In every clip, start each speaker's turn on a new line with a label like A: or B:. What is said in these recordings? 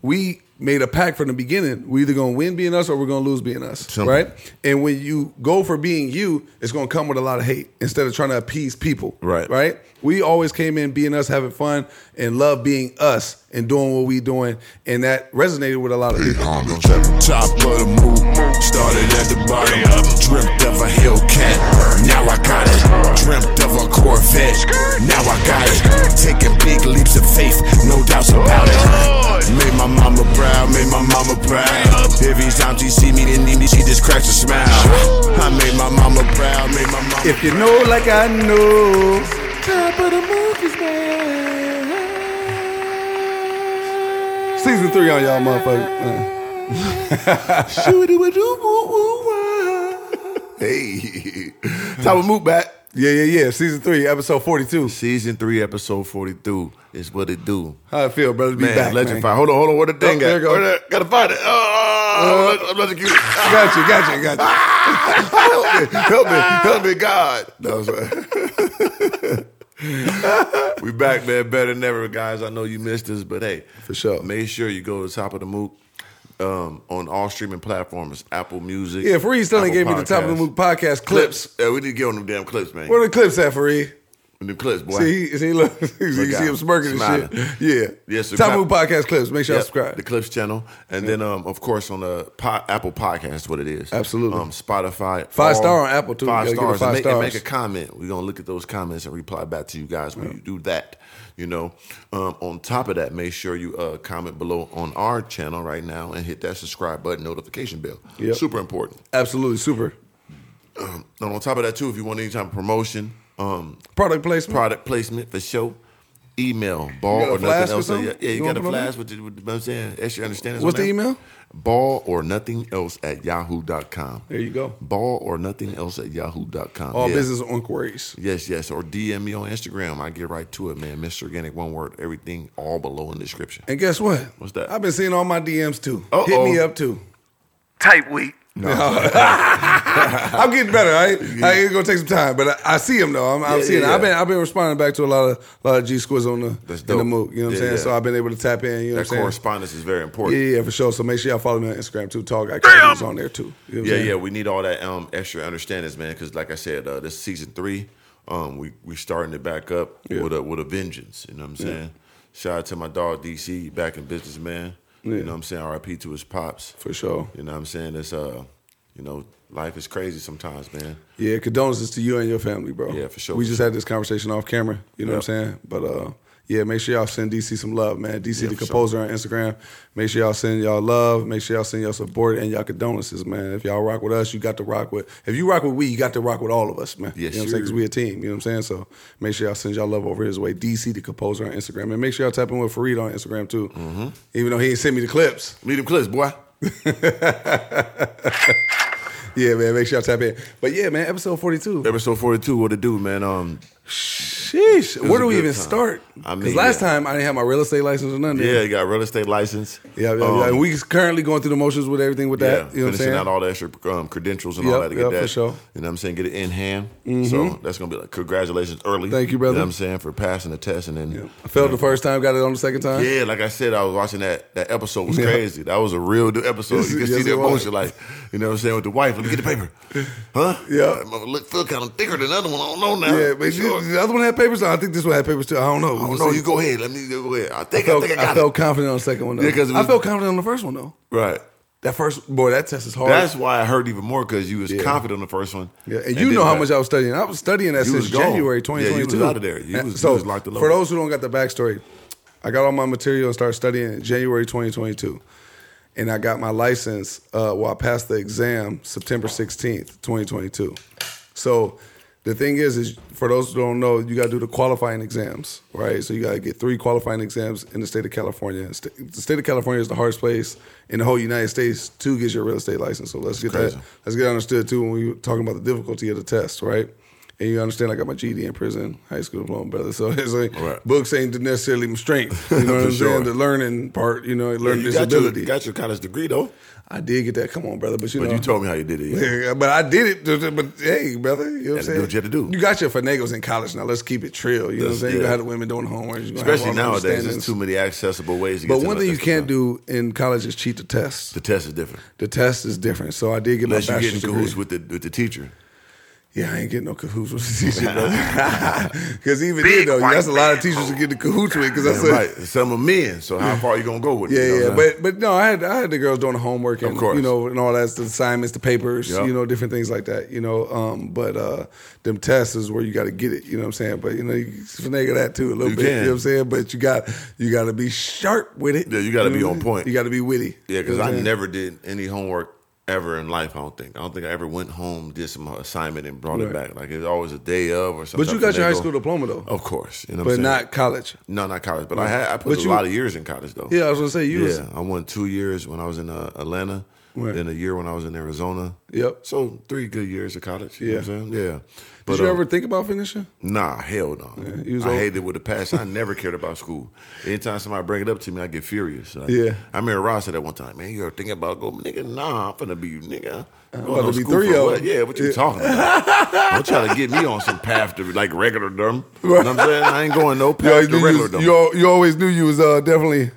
A: we made a pact from the beginning. We either gonna win being us or we're gonna lose being us,
B: Simple.
A: right? And when you go for being you, it's gonna come with a lot of hate instead of trying to appease people,
B: Right.
A: Right? We always came in being us, having fun, and love being us and doing what we doing, and that resonated with a lot of people.
C: Top of the move, started at the bottom. Dreamt of a Hellcat, now I got it. Dreamt of a Corvette, now I got it. Taking big leaps of faith, no doubts about it. Made my mama proud, made my mama proud. Every time she see me, then she just cracks a smile. I made my mama proud, made my mama.
A: If you know like I know, Season three on y'all, motherfucker.
B: Hey, top of moot back.
A: Yeah, yeah, yeah. Season three, episode forty-two.
B: Season three, episode forty-two is what it do.
A: How it feel, brother? To be
B: Man,
A: back,
B: legend
A: man.
B: fire. Hold on, hold on. Where the thing
A: Oh, there you
B: at?
A: go. Uh-huh.
B: Where the- gotta find it. Oh, I'm electrocuted. Ah,
A: Got you, got you, got you. Ah!
B: help me, help me, help me, God. No, I'm sorry. we back, man. Better than ever, guys. I know you missed us, but hey,
A: For sure.
B: Make sure you go to the top of the MOOC um, on all streaming platforms, Apple Music.
A: Yeah, Fareed still ain't
B: Apple
A: gave me the top of the
B: Podcasts.
A: movie podcast clips.
B: clips. Yeah, we need to get on them damn clips, man.
A: Where the clips at, Fareed?
B: them clips, boy.
A: See, he- see, look, you see him smirking
B: Smiling.
A: and shit. Yeah,
B: Yes, sir.
A: Top of the movie podcast clips. Make sure
B: Yeah,
A: I subscribe.
B: The Clips channel, and then um, of course on the po- Apple Podcast, is what it is,
A: Absolutely.
B: Um, Spotify,
A: Five
B: all-
A: star on Apple, too.
B: Five
A: You gotta give it
B: stars,
A: five
B: and, make, and
A: stars.
B: make a comment. We're gonna look at those comments and reply back to you guys when you do that. You know, um, on top of that, make sure you uh, comment below on our channel right now and hit that subscribe button, notification bell.
A: Yep.
B: Super important.
A: Absolutely super
B: And on top of that too, if you want any type of promotion, um,
A: product placement.
B: product placement for show. Email ball
A: got a
B: or
A: flash
B: nothing
A: or
B: else.
A: something?
B: Yeah, you,
A: You
B: got
A: wanna
B: a
A: put on
B: flash
A: there?
B: with, the, with the, what I'm saying. Extra understanding.
A: What's the email?
B: Ball or nothing else at yahoo.com.
A: There you go.
B: Ball or nothing else at yahoo.com.
A: All
B: Yeah.
A: business inquiries.
B: Yes, yes. Or DM me on Instagram. I get right to it, man. Mr. Organic, one word, everything all below in the description.
A: And guess what?
B: What's that?
A: I've been seeing all my DMs too.
B: Uh-oh.
A: Hit me up too.
D: Tight week.
A: I'm getting better. I, ain't- I it's gonna take some time, but I, I see them though. I'm, I'm
B: Yeah,
A: seeing.
B: yeah,
A: I've been
B: yeah.
A: I've been responding back to a lot of lot of G squids on the
B: That's
A: in the
B: dope.
A: MOOC. You know what I'm
B: Yeah,
A: saying?
B: yeah.
A: So I've been able to tap in. You know
B: That
A: what I'm saying?
B: correspondence is very
A: Yeah,
B: important.
A: yeah, yeah, for sure. So make sure y'all follow me on Instagram too. Talk activities on there too. You know what I'm
B: Yeah,
A: saying?
B: yeah, we need all that um, extra understandings, man. Because like I said, uh, this season three, um, we we starting it back up
A: Yeah.
B: with a with a vengeance. You know what I'm saying? Shout out to my dog DC, back in business, man.
A: Yeah.
B: You know what I'm saying? R.I.P. to his pops.
A: for sure.
B: You know what I'm saying? It's uh, you know, life is crazy sometimes, man.
A: Yeah, condolences to you and your family, bro.
B: Yeah, for sure,
A: We
B: for
A: just had this conversation off camera. You know what I'm saying? But uh, yeah, make sure y'all send DC some love, man. DC the
B: for sure.
A: composer on Instagram. Make sure y'all send y'all love. Make sure y'all send y'all support and y'all condolences, man. If y'all rock with us, you got to rock with. If you rock with we, you got to rock with all of us, man.
B: Yes,
A: you know what I'm saying?
B: sir.
A: 'Cause we a team. You know what I'm saying? So make sure y'all send y'all love over his way. DC the composer on Instagram, and make sure y'all tap in with Fareed on Instagram too.
B: Mm-hmm.
A: Even though he ain't sent me the clips.
B: Leave them clips, boy.
A: Yeah, man. Make sure y'all tap in. But yeah, man. Episode 42.
B: Episode 42, what it do, man? Um,
A: Sheesh. Where
B: was
A: do
B: a
A: we
B: good
A: even
B: time.
A: start?
B: I
A: Because
B: mean,
A: last
B: yeah.
A: time I didn't have my real estate license or nothing.
B: yeah, you got real estate license.
A: Yeah, yeah,
B: Um,
A: yeah. And we currently going through the motions with everything with that. you know what I'm
B: finishing
A: saying?
B: out all the extra um, credentials and
A: Yep,
B: all that to get
A: yep, for
B: that.
A: sure. Mm-hmm.
B: You know what I'm saying? Get it in hand. So that's gonna be like congratulations early.
A: Thank you, brother.
B: You know what I'm saying for passing the test and then.
A: I failed the first time, got it on the second time.
B: Yeah, like I said, I was watching that. That episode was
A: Yeah.
B: crazy. That was a real do- episode.
A: Yes,
B: you can
A: yes,
B: see the
A: it was.
B: emotion, like you know what I'm saying with the wife. Let me get the paper, huh?
A: Yeah.
B: Uh, Look, feel kind of thicker than the other one. I don't know now.
A: Yeah, but
B: Sure.
A: you- the other one had papers. I think this one had papers too. I don't know.
B: I don't know. You go ahead. Let me go ahead. I think
A: I
B: I,
A: felt,
B: think I got
A: I felt confident on the second one. Though.
B: Yeah, 'cause it
A: I
B: was-
A: felt confident on the first one though.
B: it. Right.
A: That first boy, that test is hard.
B: That's why I hurt even more because you was
A: Yeah.
B: confident on the first one.
A: Yeah, and you
B: then
A: know how
B: that-
A: much I was studying. I was studying that
B: You
A: since
B: was gone.
A: January
B: Yeah,
A: 2022.
B: you was out of there. You
A: And
B: was- you
A: so
B: was locked and
A: for
B: loaded.
A: those who don't got the backstory, I got all my material and started studying in January 2022, and I got my license. Uh, well, I passed the exam September 16th, 2022. So the thing is, is for those who don't know, you got to do the qualifying exams, right? So you got to get three qualifying exams in the state of California. And st- The state of California is the hardest place in the whole United States to get your real estate license. So let's get
B: crazy.
A: that let's get understood too when we were talking about the difficulty of the test, right? And you understand, I got my GD in prison, high school diploma, brother. So it's like
B: Right.
A: books ain't necessarily my strength. You know what
B: For
A: I'm
B: sure.
A: saying? The learning part, you know, learning
B: You got, your,
A: disability.
B: got your college degree though,
A: I did get that. Come on, brother. But you
B: but
A: know,
B: you told me how you did it. Yeah.
A: yeah, but I did it. to- to- But hey, brother, you know what I'm
B: Had to
A: saying?
B: do what you had to do.
A: You got your finagles in college now. Let's keep it trill. You know what I'm
B: That's-
A: saying? You
B: yeah.
A: got how the women doing homework. you gonna have
B: Especially
A: all them
B: nowadays, there's
A: standards.
B: too many accessible ways to get.
A: But
B: to
A: one
B: know
A: thing you
B: that's the
A: can't do
B: time.
A: in college is cheat the test.
B: The test is different.
A: The test is different. So I did get
B: Unless
A: my
B: you get in
A: bachelor's degree.
B: cahoots with the with the teacher.
A: Yeah, I ain't getting no cahoots with the teacher, brother. Because even then, though, that's a lot of teachers that get the cahoots with. Because I
B: Damn
A: said,
B: right. Some are men, so how far you gonna go with it?
A: yeah,
B: you know
A: yeah.
B: what I'm saying?
A: But but no, I had I had the girls doing the homework and
B: Of course.
A: you know and all that's the assignments, the papers,
B: Yeah.
A: you know, different things like that. You know, um, but uh, them tests is where you got to get it. You know what I'm saying? But you know, you can finagle that too a little
B: You
A: bit. You
B: can.
A: know what I'm saying? But you got you got to be sharp with it.
B: Yeah, you gotta
A: know
B: be
A: what
B: on
A: I mean?
B: point.
A: You got to be witty.
B: Yeah,
A: You
B: because
A: know what
B: I
A: I'm saying?
B: never did any homework ever in life. I don't think. I don't think I ever went home, did some assignment, and brought it
A: Right.
B: back. Like it was always a day of or something.
A: But you got your high school diploma though,
B: Of course, you know. what
A: but
B: I'm saying?
A: not college.
B: No, not college. But I had. I put
A: But
B: a
A: you-
B: lot of years in college though.
A: Yeah, I was gonna say you.
B: yeah.
A: Was,
B: I won two years when I was in uh, Atlanta.
A: Right.
B: Then a year when I was in Arizona.
A: Yep.
B: So three good years of college. You Know
A: Yeah.
B: what I'm saying? Yeah.
A: Did you
B: uh,
A: ever think about finishing?
B: Nah, hell no.
A: you was
B: I
A: old.
B: hated it with a passion. I never cared about school. Anytime somebody bring it up to me, I get furious. Like,
A: Yeah.
B: I remember Ross said that one time, man, you ever thinking about go, nigga, nah, I'm finna be you, nigga. I'm
A: Uh, about to be three of them.
B: Yeah, what you
A: Yeah.
B: talking about? Don't try to get me on some path to like regular dumb. You know what I'm saying? I ain't going no
A: Yeah,
B: path to
A: you,
B: regular
A: you,
B: dumb.
A: you, al- you always knew you was uh, definitely.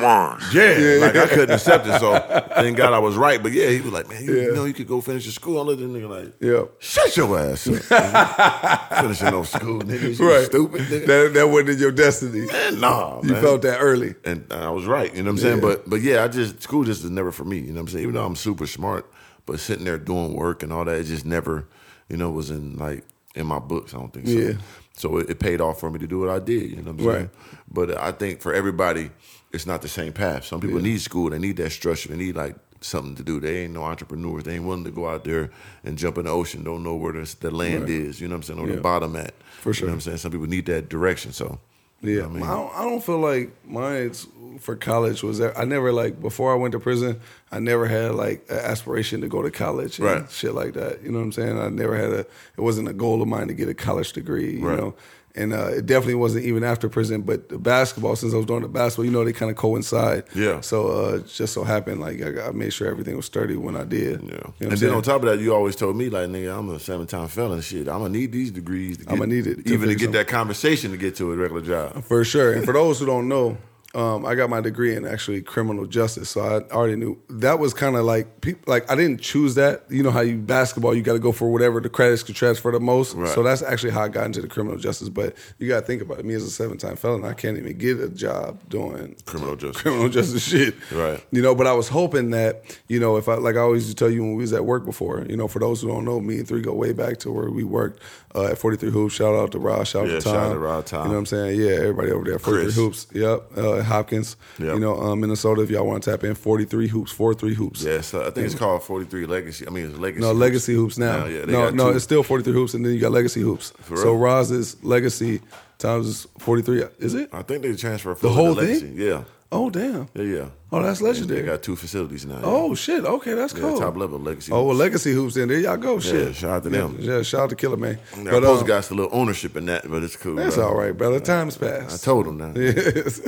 B: Yeah, like I couldn't accept it, so thank God I was right. But yeah, he was like, man, you, you know, you could go finish your school. I looked at the nigga like,
A: Yeah.
B: shut your ass up. Finishing no school, nigga. You
A: Right.
B: stupid, nigga.
A: That, that wasn't in your destiny.
B: Man, nah,
A: You
B: man.
A: felt that early.
B: and I was right. You know what I'm saying?
A: Yeah.
B: But but yeah, I just school just is never for me. You know what I'm saying? Even though I'm super smart, but sitting there doing work and all that, it just never, you know, was in like in my books. I don't think so.
A: Yeah.
B: So it, it paid off for me to do what I did. You know what I'm
A: Right.
B: saying? But I think for everybody, it's not the same path. Some people need school. They need that structure. They need like something to do. They ain't no entrepreneurs. They ain't willing to go out there and jump in the ocean. Don't know where the, the land is. You know what I'm saying? Or
A: Yeah.
B: the bottom at.
A: For
B: You
A: sure.
B: know what I'm saying? Some people need that direction. So. you
A: Yeah,
B: know what I mean?
A: I, don't, I don't feel like mine's for college was that I never like before I went to prison, I never had like an aspiration to go to college and
B: Right.
A: shit like that. You know what I'm saying? I never had a it wasn't a goal of mine to get a college degree. You
B: Right.
A: know. And uh, it definitely wasn't even after prison, but the basketball, since I was doing the basketball, you know, they kind of coincide.
B: Yeah.
A: So uh, it just so happened, like, I, got- I made sure everything was sturdy when I did.
B: Yeah.
A: You know what I'm
B: and then
A: saying?
B: on top of that, you always told me, like, nigga, I'm a seven time felon. Shit, I'm gonna need these degrees. To get,
A: I'ma need it to
B: even to
A: figure
B: get that conversation to get to a regular job.
A: For sure. And for those who don't know, um, I got my degree in actually criminal justice, so I already knew that was kind of like peop like I didn't choose that. You know how you basketball, you got to go for whatever the credits could transfer the most.
B: Right.
A: So that's actually how I got into the criminal justice. But you got to think about it. Me as a seven time felon, I can't even get a job doing
B: Criminal justice.
A: criminal justice shit.
B: Right.
A: You know, but I was hoping that, you know, if I like I always used to tell you when we was at work before, you know, for those who don't know, me and three go way back to where we worked uh, at 43 Hoops. Shout out to Rod, shout out
B: Yeah,
A: to Tom.
B: shout out to Rod, Tom.
A: You know what I'm saying? Yeah, everybody over there. 43
B: Chris.
A: Hoops. Yep. Uh, Hopkins.
B: Yep.
A: You know, um, Minnesota, if y'all want to tap in, 43 Hoops, 43 Hoops.
B: Yeah, so I think it's called 43 Legacy. I mean, it's Legacy.
A: No, Legacy Hoops now.
B: No, yeah, they
A: no,
B: got
A: no
B: two.
A: it's still 43 Hoops, and then you got Legacy Hoops.
B: For
A: So
B: real?
A: Roz is Legacy times 43. Is it?
B: I think they transferred
A: The
B: from
A: whole
B: to Legacy.
A: thing?
B: Yeah,
A: Oh, damn.
B: Uh, yeah, yeah.
A: Oh, that's
B: And
A: legendary.
B: they got two facilities now. yeah.
A: Oh shit! Okay, that's
B: Yeah,
A: cool.
B: top level Legacy
A: Oh well,
B: Hoops.
A: legacy hoops in there. Y'all go. Shit.
B: shout out to
A: yeah,
B: them.
A: Yeah, shout out to Killer Man.
B: Now, but those
A: um,
B: got a little ownership in that, but it's cool.
A: that's
B: bro.
A: all right, brother. Time's
B: I
A: passed.
B: told them that.
A: Yes.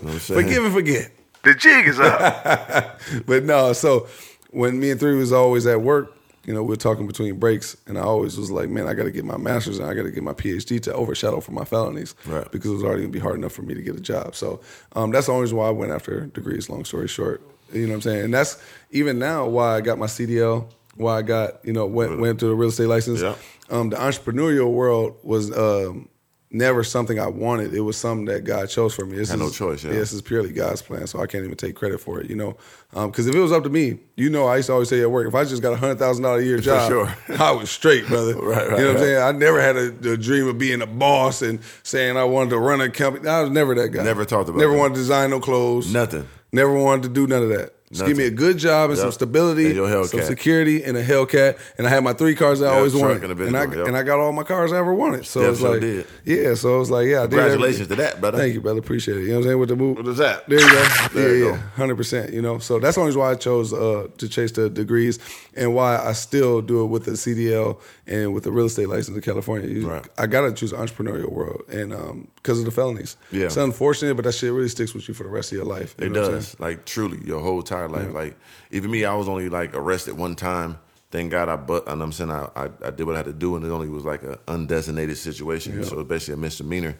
B: I'm saying?
A: Forgive and forget.
D: The jig is up.
A: But no, so when me and Three was always at work, you know, we are talking between breaks, and I always was like, man, I got to get my master's and I got to get my PhD to overshadow for my felonies
B: Right.
A: because it was already gonna be hard enough for me to get a job. So um, that's the only reason why I went after degrees. Long story short, you know what I'm saying. And that's even now why I got my CDL, why I got you know went went to the real estate license.
B: Yeah.
A: Um, the entrepreneurial world was. Um, Never something I wanted. It was something that God chose for me. This
B: Had no
A: is-
B: choice, yeah.
A: This is purely God's plan, so I can't even take credit for it, you know. Because if it was up to me, you know, I used to always say at work, if I just got a hundred thousand dollar a year job,
B: sure.
A: I was straight, brother.
B: Right, right,
A: You know what
B: right.
A: I'm saying? I never had a, a dream of being a boss and saying I wanted to run a company. I was never that guy.
B: Never talked about
A: Never
B: that.
A: wanted to design no clothes.
B: Nothing.
A: Never wanted to do none of that. Just give me a good job and
B: Yep.
A: some stability,
B: And your Hellcat.
A: some security, and a Hellcat. And I had my three cars that I
B: Yeah,
A: always
B: truck
A: wanted,
B: and a big
A: and I
B: one, yep.
A: and I got all my cars I ever wanted. So
B: Damn
A: it's
B: sure
A: like,
B: did.
A: yeah. So it was like, yeah. I did
B: Congratulations
A: everything.
B: to that, brother.
A: Thank you, brother. Appreciate it. You know what I'm saying? With the move,
B: What is that?
A: There you go.
B: There you
A: yeah,
B: go.
A: yeah, hundred percent. You know, so that's the only reason why I chose uh, to chase the degrees and why I still do it with the CDL and with the real estate license in California. You-
B: Right.
A: I gotta choose the entrepreneurial world and because of the felonies.
B: Yeah.
A: it's unfortunate, but that shit really sticks with you for the rest of your life. You
B: It
A: know what I'm saying?
B: does. Like truly, your whole entire life. Like even me, I was only like arrested one time. Thank God I but and I'm saying I, I, I did what I had to do and it only was like a undesignated situation. So it was basically a misdemeanor.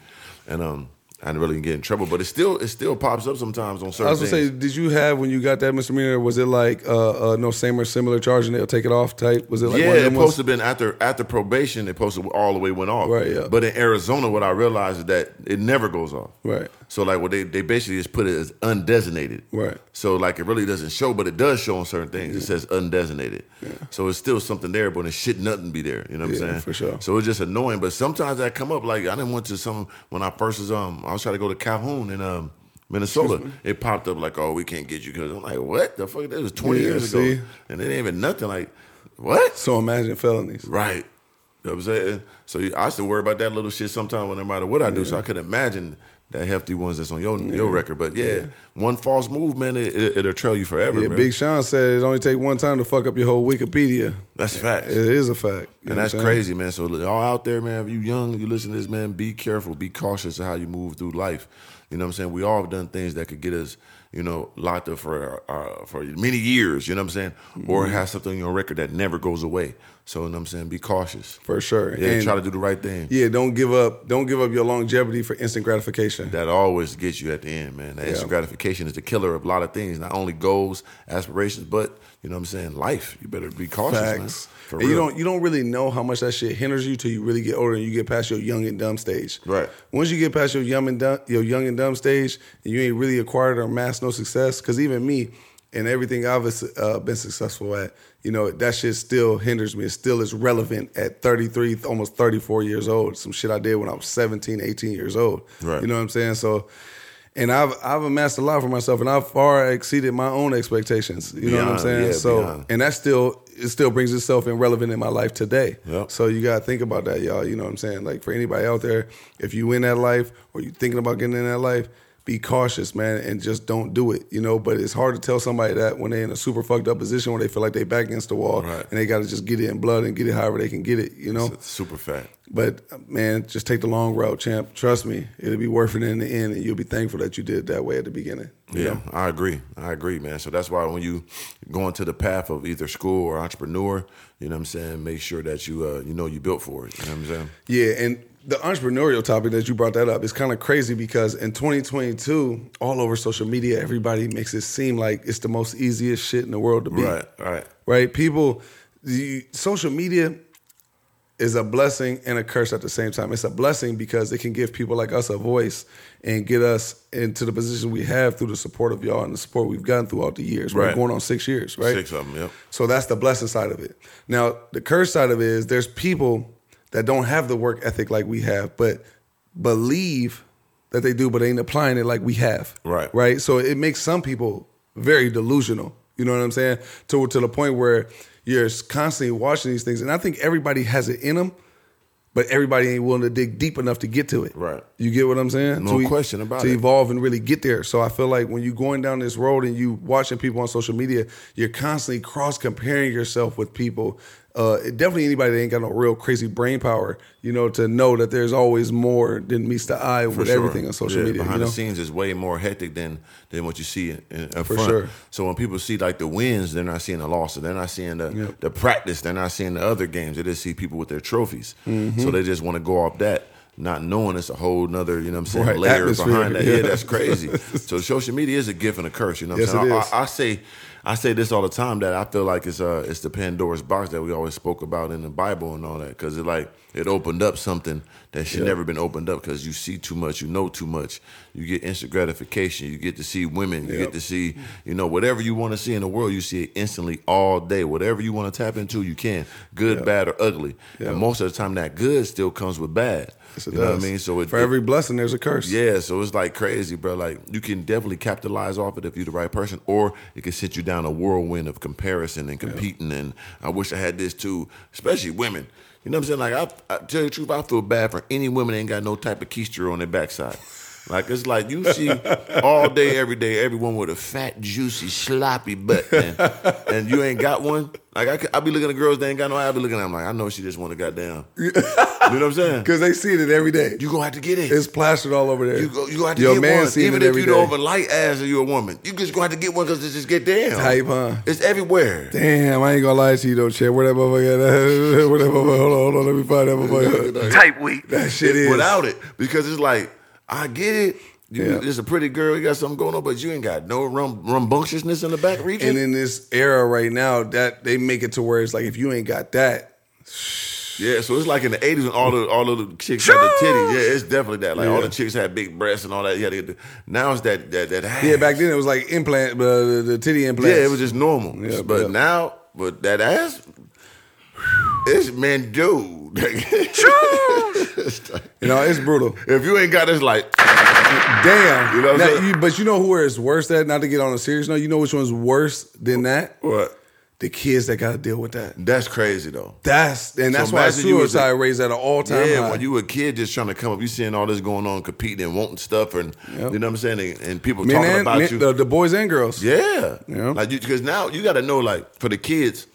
B: And um I didn't really get in trouble. But it still it still pops up sometimes on certain
A: I was gonna say,
B: things.
A: did you have when you got that misdemeanor? Was it like uh, uh, no same or similar charge and they'll take it off type? Was it like
B: yeah,
A: one of
B: it
A: them
B: supposed
A: ones?
B: to been after after probation. It posted all the way went off.
A: Right, yeah.
B: But in Arizona, what I realized is that it never goes off.
A: Right.
B: So like, what they they basically just put it as undesignated.
A: Right.
B: So like, it really doesn't show, but it does show on certain things. It says undesignated. So it's still something there, but it should nothing be there. You know what
A: Yeah,
B: I'm saying?
A: for sure.
B: So it's just annoying. But sometimes I come up like I didn't went to some when I first was um I was trying to go to Calhoun in um. Minnesota, it popped up like, "Oh, we can't get you." Because I'm like, "What the fuck? That was 20
A: Yeah,
B: years
A: see?
B: ago, and it ain't even nothing." Like, what?
A: So imagine felonies.
B: Right. You know what I'm saying? So you- I used to worry about that little shit sometimes when no matter what I do. So I could imagine that hefty ones that's on your your record. But yeah, one false move, man, it, it, it'll trail you forever.
A: Yeah,
B: man.
A: Big Sean said it only take one time to fuck up your whole Wikipedia.
B: that's facts.
A: It is a fact, You know
B: and that's
A: what I'm saying?
B: crazy, man. So look, all out there, man, if you young, you listen to this, man, be careful, be cautious of how you move through life. You know what I'm saying? We all have done things that could get us, you know, locked up for uh, for many years. You know what I'm saying? Or
A: Mm-hmm.
B: have something on your record that never goes away. So you know what I'm saying? Be cautious.
A: for sure.
B: Yeah,
A: And-
B: try to do the right thing.
A: yeah, don't give up. Don't give up your longevity for instant gratification.
B: that always gets you at the end, man. That instant
A: Yeah.
B: gratification is the killer of a lot of things, not only goals, aspirations, but you know what I'm saying, life. You better be cautious, man.
A: Facts.
B: For
A: And
B: real.
A: you don't you don't really know how much that shit hinders you till you really get older and you get past your young and dumb stage.
B: Right.
A: Once you get past your young and dumb, your young and dumb stage, and you ain't really acquired or amassed no success, because even me and everything I've uh, been successful at, you know, that shit still hinders me. It still is relevant at 33, almost 34 years old. Some shit I did when I was 17, 18 years old.
B: Right.
A: You know what I'm saying? So. And I've I've amassed a lot for myself, and I've far exceeded my own expectations. You know what I'm
B: Beyond,
A: saying?
B: yeah,
A: so,
B: beyond.
A: and that still it still brings itself in relevant in my life today.
B: Yep.
A: So you gotta think about that, y'all. You know what I'm saying? Like for anybody out there, if you in that life or you thinking about getting in that life, be cautious, man, and just don't do it. You know, but it's hard to tell somebody that when they're in a super fucked up position where they feel like they back against the wall
B: Right.
A: and they gotta just get it in blood and get it however they can get it. You know,
B: It's super fat.
A: but uh, man, just take the long route, champ. Trust me, it'll be worth it in the end, and you'll be thankful that you did it that way at the beginning. you
B: Yeah,
A: know?
B: I agree. I agree, man. So that's why when you go into the path of either school or entrepreneur, you know what I'm saying, make sure that you uh, you know you built for it. You know what I'm saying?
A: Yeah, and the entrepreneurial topic that you brought that up is kind of crazy because in 2022, all over social media, everybody makes it seem like it's the most easiest shit in the world to be.
B: Right, right.
A: Right? People, the, social media is a blessing and a curse at the same time. It's a blessing because it can give people like us a voice and get us into the position we have through the support of y'all and the support we've gotten throughout the years. Right.
B: Right.
A: Going on six years, right?
B: Six of them, yep.
A: So that's the blessing side of it. Now, the curse side of it is there's people that don't have the work ethic like we have, but believe that they do, but ain't applying it like we have.
B: Right.
A: Right. So it makes some people very delusional. You know what I'm saying? To to the point where you're constantly watching these things, and I think everybody has it in them, but everybody ain't willing to dig deep enough to get to it.
B: Right.
A: You get what I'm saying?
B: No
A: to e-
B: question about
A: to
B: it.
A: evolve and really get there. So I feel like when you're going down this road and you watching people on social media, you're constantly cross comparing yourself with people. Uh, definitely anybody that ain't got no real crazy brain power, you know, to know that there's always more than meets the eye
B: For
A: with
B: sure.
A: everything on social
B: Yeah,
A: media.
B: Behind
A: you know?
B: the scenes is way more hectic than than what you see in, in, up
A: For
B: front.
A: sure.
B: So when people see like the wins, they're not seeing the losses. They're not seeing the,
A: Yep.
B: the practice. They're not seeing the other games. They just see people with their trophies.
A: Mm-hmm.
B: So they just want to go off that. Not knowing it's a whole nother, you know what I'm saying,
A: Right,
B: layer
A: atmosphere,
B: behind that. Yeah,
A: yeah.
B: that's crazy. so social media is a gift and a curse, you know what
A: Yes,
B: I'm saying?
A: it
B: I-
A: is.
B: I, I say I say this all the time that I feel like it's uh it's the Pandora's box that we always spoke about in the Bible and all that because it like it opened up something that should never been opened up because you see too much, you know too much, you get instant gratification, you get to see women, you
A: Yep.
B: get to see you know whatever you want to see in the world, you see it instantly all day. Whatever you want to tap into, you can, good, bad, or ugly.
A: Yep.
B: And most of the time, that good still comes with bad.
A: Yes, it
B: You know
A: does.
B: what I mean? So it-
A: for
B: it-
A: every blessing, there's a curse.
B: Yeah, so it's like crazy, bro. Like you can definitely capitalize off it if you're the right person, or it can send you down a whirlwind of comparison and competing. And I wish I had this too, especially women. You know what I'm saying? Like I, I tell you the truth, I feel bad for any women that ain't got no type of keister on their backside. Like it's like you see all day, every day, everyone with a fat, juicy, sloppy butt, man, and you ain't got one. Like I, could- I be looking at girls that ain't got no. I be looking at them like I know she just want to goddamn. You know what I'm saying?
A: because they see it every day.
B: You gonna have to get it.
A: it's plastered all over there.
B: You go, you gonna have to
A: Your
B: get
A: man
B: one,
A: sees
B: even
A: it
B: if
A: every
B: you
A: day.
B: don't have a light ass or you're a woman. You just gonna have to get one because it just get down.
A: Type, huh?
B: It's everywhere.
A: Damn, I ain't gonna lie to you though, Chad. Where that motherfucker? At? Where that motherfucker? Hold on, hold on. Let me find that motherfucker.
B: Type weak.
A: That shit is.
B: without it because it's like I get it. You,
A: Yeah.
B: It's a pretty girl. You got something going on, but you ain't got no rum, rumbunctiousness in the back region.
A: And in this era right now, that they make it to where it's like if you ain't got that,
B: Yeah, so it's like in the '80s when all the all of the chicks had the titties. Yeah, it's definitely that. Like all
A: Yeah.
B: the chicks had big breasts and all that. Yeah, they, they- now it's that that that. Ass.
A: yeah. Back then it was like implant, uh, the, the titty implants.
B: Yeah, it was just normal.
A: Yeah,
B: but
A: yeah.
B: now, but that ass, it's man, dude.
A: you know, it's brutal.
B: if you ain't got this, like,
A: Damn.
B: You know what
A: Now,
B: I'm saying?
A: you- but you know who where it's worse at? Not to get on a serious note, you know which one's worse than that?
B: what?
A: The kids that got to deal with that.
B: That's crazy though.
A: That's and that's why
B: imagine you was a-
A: suicide rates at an all time
B: yeah,
A: high.
B: when you were a kid, just trying to come up, you seeing all this going on, competing and wanting stuff, and
A: Yep.
B: you know what I'm saying, and, and people
A: men
B: talking
A: and
B: about
A: men-
B: you.
A: The, the boys and girls.
B: Yeah.
A: Yeah.
B: Like you because now you gotta know, like, for the kids,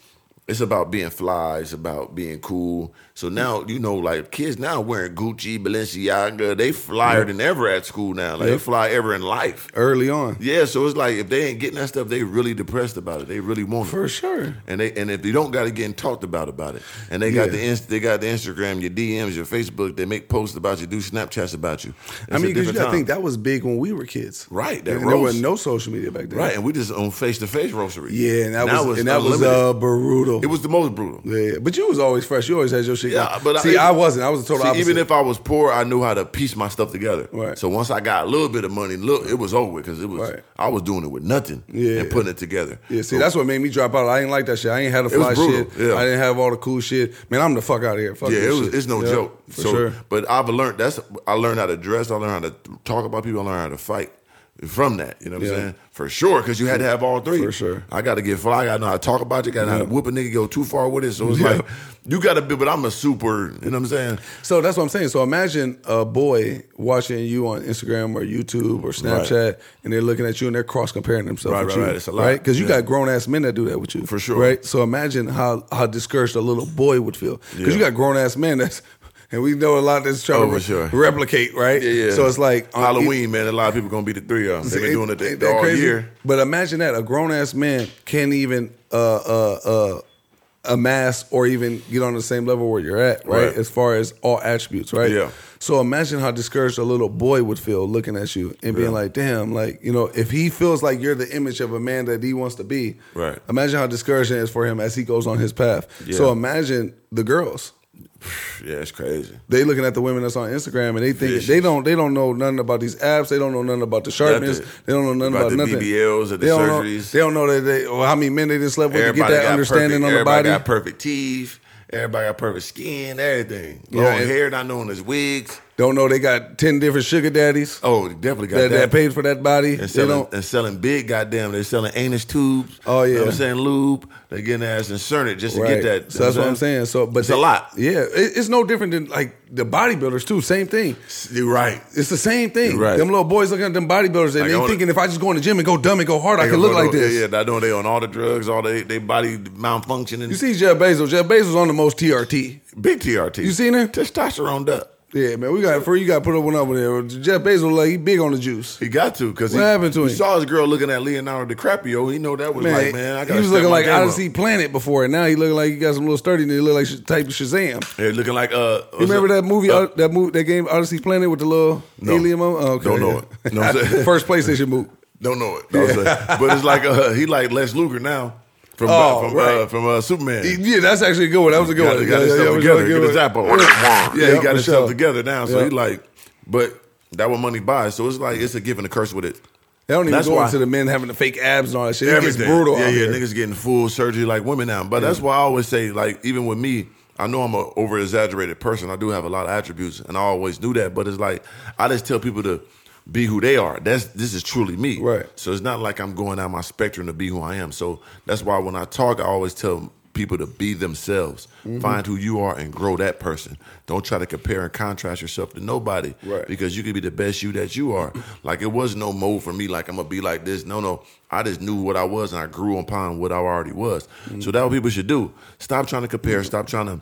B: it's about being fly, it's about being cool. So now you know, like kids now wearing Gucci, Balenciaga, they flyer than ever at school now. Like they fly ever in life.
A: Early on.
B: Yeah, so it's like if they ain't getting that stuff, they really depressed about it. They really want it.
A: For sure.
B: And they and if you don't got it getting talked about about it, and they
A: Yeah.
B: got the inst- they got the Instagram, your DMs, your Facebook, they make posts about you, do Snapchats about you. It's
A: I
B: a
A: mean, because you
B: different
A: gotta
B: time.
A: think that was big when we were kids.
B: Right, that
A: And there was
B: roast.
A: no social media back then.
B: right, and we just on face to face roastery.
A: Yeah, and that
B: Now
A: was
B: it's
A: and that was
B: unlimited.
A: uh, brutal.
B: It was the most brutal.
A: yeah, but you was always fresh. You always had your shit.
B: Yeah,
A: going.
B: but
A: see, I, wasn't. I was a total
B: see,
A: opposite.
B: Even if I was poor, I knew how to piece my stuff together.
A: Right.
B: So once I got a little bit of money, look, it was over because it was
A: Right.
B: I was doing it with nothing
A: Yeah.
B: and putting it together.
A: yeah, see,
B: So-
A: that's what made me drop out. I ain't like that shit. I ain't had a
B: was
A: fly
B: brutal,
A: shit.
B: yeah.
A: I didn't have all the cool shit. Man, I'm the fuck out of here. Fuck
B: yeah, it
A: this
B: was.
A: shit.
B: It's no
A: Yeah,
B: joke.
A: For
B: so,
A: sure.
B: but I've learned that's I learned how to dress. I learned how to talk about people. I learned how to fight from that. You know what
A: Yeah.
B: I'm saying? For sure, because you had to have all three.
A: For sure.
B: I got to get fly. I got to know how to talk about you. Got to know how to
A: Yeah.
B: whoop a nigga go too far with it. So it's
A: Yeah.
B: like you got to be. But I'm a super. You know what I'm saying?
A: So that's what I'm saying. So imagine a boy watching you on Instagram or YouTube or Snapchat, and they're looking at you and they're cross comparing themselves
B: Right,
A: with
B: right,
A: you,
B: right. It's a lot.
A: Because you
B: Yeah.
A: got grown ass men that do that with you,
B: For sure.
A: right? So imagine how how discouraged a little boy would feel because
B: Yeah.
A: you got grown ass men that's. And we know a lot that's trying
B: Oh,
A: to
B: for
A: re-
B: sure.
A: replicate, right?
B: Yeah, yeah.
A: So it's like uh, on
B: Halloween, man. A lot of people gonna be the three of them. They've been doing it,
A: ain't
B: the-
A: that
B: all
A: crazy?
B: year.
A: But imagine that a grown ass man can't even uh, uh, uh, amass or even get on the same level where you're at, right?
B: Right.
A: As far as all attributes, right?
B: Yeah.
A: So imagine how discouraged a little boy would feel looking at you and being
B: Yeah.
A: like, "Damn!" Like you know, if he feels like you're the image of a man that he wants to be,
B: Right.
A: Imagine how discouraging it is for him as he goes on his path. So
B: Yeah.
A: imagine the girls
B: Yeah, it's crazy.
A: they looking at the women that's on Instagram and they think
B: Vicious.
A: they don't they don't know nothing about these apps. They don't know nothing about the sharpness.
B: Nothing.
A: They don't know nothing about,
B: About the
A: nothing.
B: BBLs or the
A: they don't know-
B: surgeries.
A: they don't know that they or how many men they just slept with to
B: Everybody
A: get that
B: got
A: understanding
B: perfect,
A: on the
B: everybody
A: body.
B: got perfect teeth. Everybody got perfect skin. Everything.
A: Yeah,
B: Long
A: and-
B: hair, not knowing his wigs.
A: don't know they got ten different sugar daddies
B: Oh, they definitely got
A: that, that,
B: that.
A: paid for that body.
B: and
A: They
B: selling
A: don't.
B: and selling big goddamn they're selling anus tubes
A: Oh,
B: you know what
A: yeah.
B: i'm saying lube they're getting their ass inserted just to
A: Right.
B: get that
A: so that's what I'm saying. So, but
B: It's a lot.
A: Yeah, it, it's no different than like the bodybuilders too. Same thing.
B: you're right
A: It's the same thing.
B: Right.
A: Them little boys looking at them bodybuilders and
B: Like, I
A: they
B: wanna-
A: thinking if I just go in the gym and go dumb and go hard, I can look like this.
B: yeah, yeah i know they on all the drugs all they they body malfunctioning
A: You see Jeff Bezos. Jeff Bezos on the most TRT.
B: big trt
A: You seen him?
B: testosterone up
A: Yeah, man, we got free. You got to put up one up with there. Jeff Bezos, like he big on the juice.
B: he got to because
A: What happened to
B: he
A: him?
B: saw his girl looking at leonardo dicaprio he know that was
A: Man,
B: like man i got
A: he was looking like Odyssey Planet before, and now he looking like he got some little sturdy. And he look like sh- type of Shazam.
B: Hey, looking like uh
A: You remember that movie?
B: uh,
A: uh, that movie? That game Odyssey Planet with the little
B: No.
A: alien? mo- Oh, okay.
B: Don't know it. Know what I'm saying?
A: First PlayStation move.
B: Don't know it. but it's like uh, he like Les Luger now from
A: Oh,
B: from uh,
A: right.
B: from uh, Superman.
A: Yeah, that's actually a good one. That was a good
B: got,
A: one.
B: got
A: Yeah,
B: his
A: yeah,
B: stuff
A: yeah,
B: together.
A: we
B: Get his
A: gotta
B: apple.
A: give it-
B: Yeah,
A: Yeah,
B: he got
A: for
B: his
A: sure.
B: stuff together now. So
A: Yeah.
B: he like, but that what money buys. So it's like it's a gift and a curse with it.
A: They don't even
B: That's
A: go
B: why-
A: into the men having the fake abs and all that shit. It gets brutal.
B: Yeah,
A: out
B: yeah.
A: here.
B: Niggas getting full surgery like women now. But that's why I always say, like, even with me, I know I'm an over exaggerated person. I do have a lot of attributes, and I always knew that. But it's like I just tell people to be who they are. That's this is truly me.
A: Right.
B: So it's not like I'm going out my spectrum to be who I am. So that's why when I talk, I always tell people to be themselves.
A: Mm-hmm.
B: Find who you are and grow that person. Don't try to compare and contrast yourself to nobody.
A: Right.
B: Because you could be the best you that you are. Like it was no mode for me. Like I'm gonna be like this. No, no. I just knew what I was and I grew upon what I already was.
A: Mm-hmm.
B: So that's what people should do. Stop trying to compare. Stop trying to.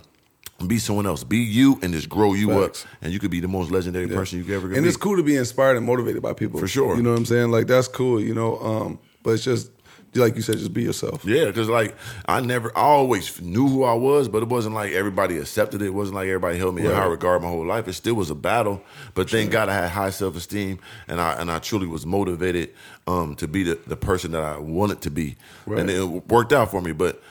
B: Be someone else. Be you and just grow you
A: Facts.
B: up. And you could be the most legendary person you could ever could
A: and
B: be.
A: it's cool to be inspired and motivated by people
B: For sure.
A: you know what i'm saying like that's cool you know um but it's just like you said just be yourself
B: Yeah, because like I never, I always knew who I was, but it wasn't like everybody accepted it. It wasn't like everybody held me in
A: Right.
B: high regard my whole life. It still was a battle, but thank God I had high self esteem, and I and I truly was motivated um, to be the, the person that I wanted to be, and it worked out for me. But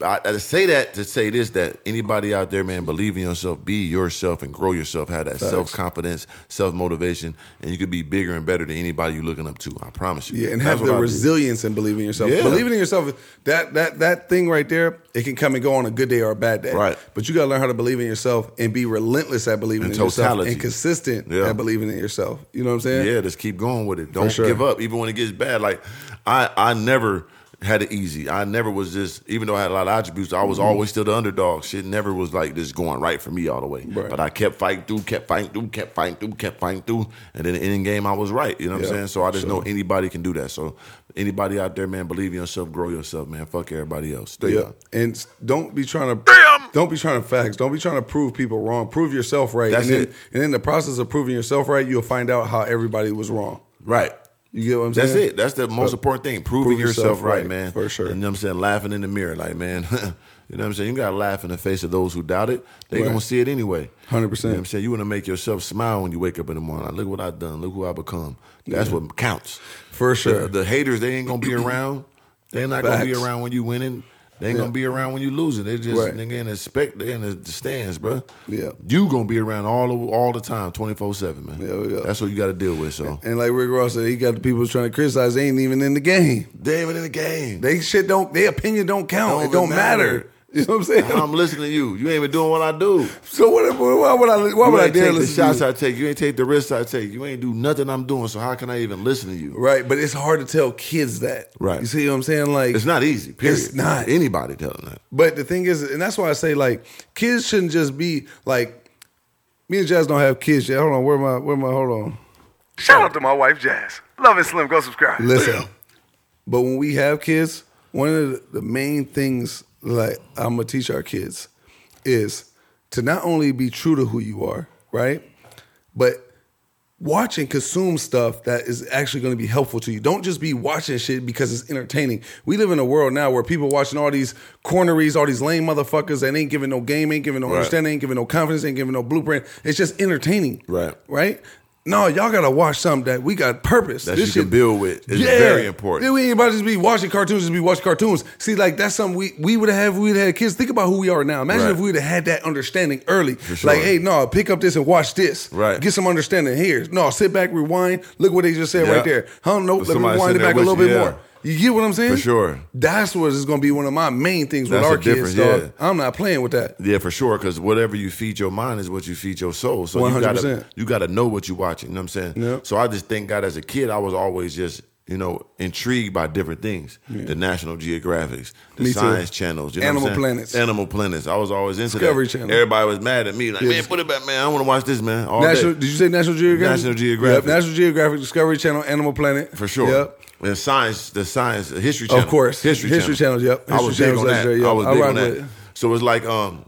B: I, I say that to say this: that anybody out there, man, believe in yourself, be yourself, and grow yourself. Have that self confidence, self motivation, and you could be bigger and better than anybody you're looking up to. I promise you.
A: Yeah, and
B: That's
A: have
B: what
A: the
B: I did.
A: resilience and believing in yourself.
B: Yeah.
A: Believing in yourself that that that thing right there, it can come and go on a good day or a bad day.
B: Right.
A: But you gotta learn how to believe in yourself and be relentless at believing
B: In
A: in yourself
B: totality.
A: and consistent
B: Yeah.
A: at believing in yourself. You know what I'm saying?
B: Yeah, just keep going with it. Don't
A: sure.
B: give up, even when it gets bad. Like I, I never had it easy. I never was just, even though I had a lot of attributes, I was
A: Mm-hmm.
B: always still the underdog. Shit never was like this going right for me all the way.
A: Right.
B: But I kept fighting through, kept fighting through, kept fighting through, kept fighting through, and then the end game I was right. You know what
A: Yeah,
B: I'm saying? So I just
A: sure.
B: know anybody can do that. So anybody out there, man, believe in yourself, grow yourself, man. Fuck everybody else. Straight
A: Yeah.
B: up.
A: And s- don't be trying to don't be trying to facts. Don't be trying to prove people wrong. Prove yourself right.
B: That's
A: and then,
B: it.
A: And in the process of proving yourself right, you'll find out how everybody was wrong.
B: Right.
A: You get what I'm
B: That's
A: saying?
B: it. That's the most
A: But
B: important thing. Proving
A: prove
B: yourself,
A: yourself
B: right,
A: right,
B: man.
A: for sure.
B: You know what I'm saying? Laughing in the mirror, like, man, you know what I'm saying? You gotta laugh in the face of those who doubt it. They
A: Right.
B: gonna see it anyway.
A: 100%.
B: You know what I'm saying? You wanna make yourself smile when you wake up in the morning. Like, look what I've done, look who I become. That's what counts.
A: For sure.
B: The, the haters, they ain't gonna be around. They're not gonna be
A: Facts.
B: around when you winning. They ain't
A: Yeah.
B: gonna be around when you losing. They just
A: Right.
B: nigga in the spec they in the stands, bro.
A: Yeah.
B: You gonna be around all the, all the time, twenty four seven, man.
A: Yeah, yeah.
B: That's what you gotta deal with. So
A: And like Rick Ross said, he got the people trying to criticize. They ain't even in the game.
B: they ain't even in the game.
A: They shit don't. Their opinion don't count.
B: Don't
A: it don't
B: even
A: matter.
B: matter. Um,
A: You know what I'm saying?
B: I'm listening to you. You ain't even doing what I do.
A: so what, what- why would I? Why
B: You
A: would I
B: ain't
A: dare
B: take the
A: listen? to
B: shots
A: you?
B: I take. You ain't take the risks I take. You ain't do nothing I'm doing. So how can I even listen to you?
A: Right, but it's hard to tell kids that.
B: Right.
A: You see what I'm saying? Like
B: It's not easy. Period.
A: It's not.
B: anybody telling that.
A: But the thing is, and that's why I say like kids shouldn't just be like. Me and Jazz don't have kids yet. Hold on, where my where my hold on.
D: Shout out to my wife, Jazz. Love and Slim. Go subscribe.
A: Listen, but when we have kids, one of the- the main things like I'm gonna teach our kids is to not only be true to who you are, right, but watch and consume stuff that is actually going to be helpful to you. Don't just be watching shit because it's entertaining. We live in a world now where people watching all these corneries, all these lame motherfuckers that ain't giving no game, ain't giving no
B: Right.
A: understanding, ain't giving no confidence, ain't giving no blueprint. It's just entertaining.
B: Right.
A: Right? No, y'all gotta watch something that we got purpose.
B: That you can build with. It's very important.
A: Yeah, we ain't about to just be watching cartoons, just be watching cartoons. See, like that's something we we would have if we'd had kids. Think about who we are now. Imagine
B: Right.
A: if we would have had that understanding early.
B: sure.
A: Like, hey, no, pick up this and watch this.
B: Right.
A: Get some understanding here. No, sit back, rewind. Look what they just said
B: Yeah.
A: right there. Huh? Nope. Let
B: But
A: me
B: somebody
A: rewind it
B: sitting there
A: back a
B: with
A: little
B: you,
A: bit
B: yeah.
A: more. You get what I'm saying?
B: For sure.
A: That's what is going to be one of my main things with
B: That's
A: our
B: the
A: kids,
B: difference,
A: dog.
B: yeah.
A: I'm not playing with that.
B: Yeah, for sure. Because whatever you feed your mind is what you feed your soul. So you
A: 100%.
B: gotta you gotta know what you're watching. You know what I'm saying?
A: Yeah.
B: So I just thank God as a kid, I was always just you know intrigued by different things. The National Geographics, the
A: Me too.
B: Science Channels, you know
A: Animal
B: what I'm saying?
A: Planets.
B: Animal Planets. I was always into
A: Discovery
B: that.
A: Channel.
B: Everybody was mad at me like,
A: Yeah,
B: man,
A: just-
B: put it back, man. I want to watch this, man. All
A: National,
B: day.
A: did you say National Geographic?
B: National Geographic.
A: Yep, National Geographic, Discovery Channel, Animal Planet.
B: For sure.
A: Yep.
B: And science, the science, the history channel.
A: course.
B: History,
A: History
B: channel.
A: channels, yep.
B: I
A: History
B: was big
A: channels
B: on that.
A: legendary, yep.
B: I was
A: I
B: big
A: rock
B: on
A: with
B: that.
A: it.
B: So it's like um,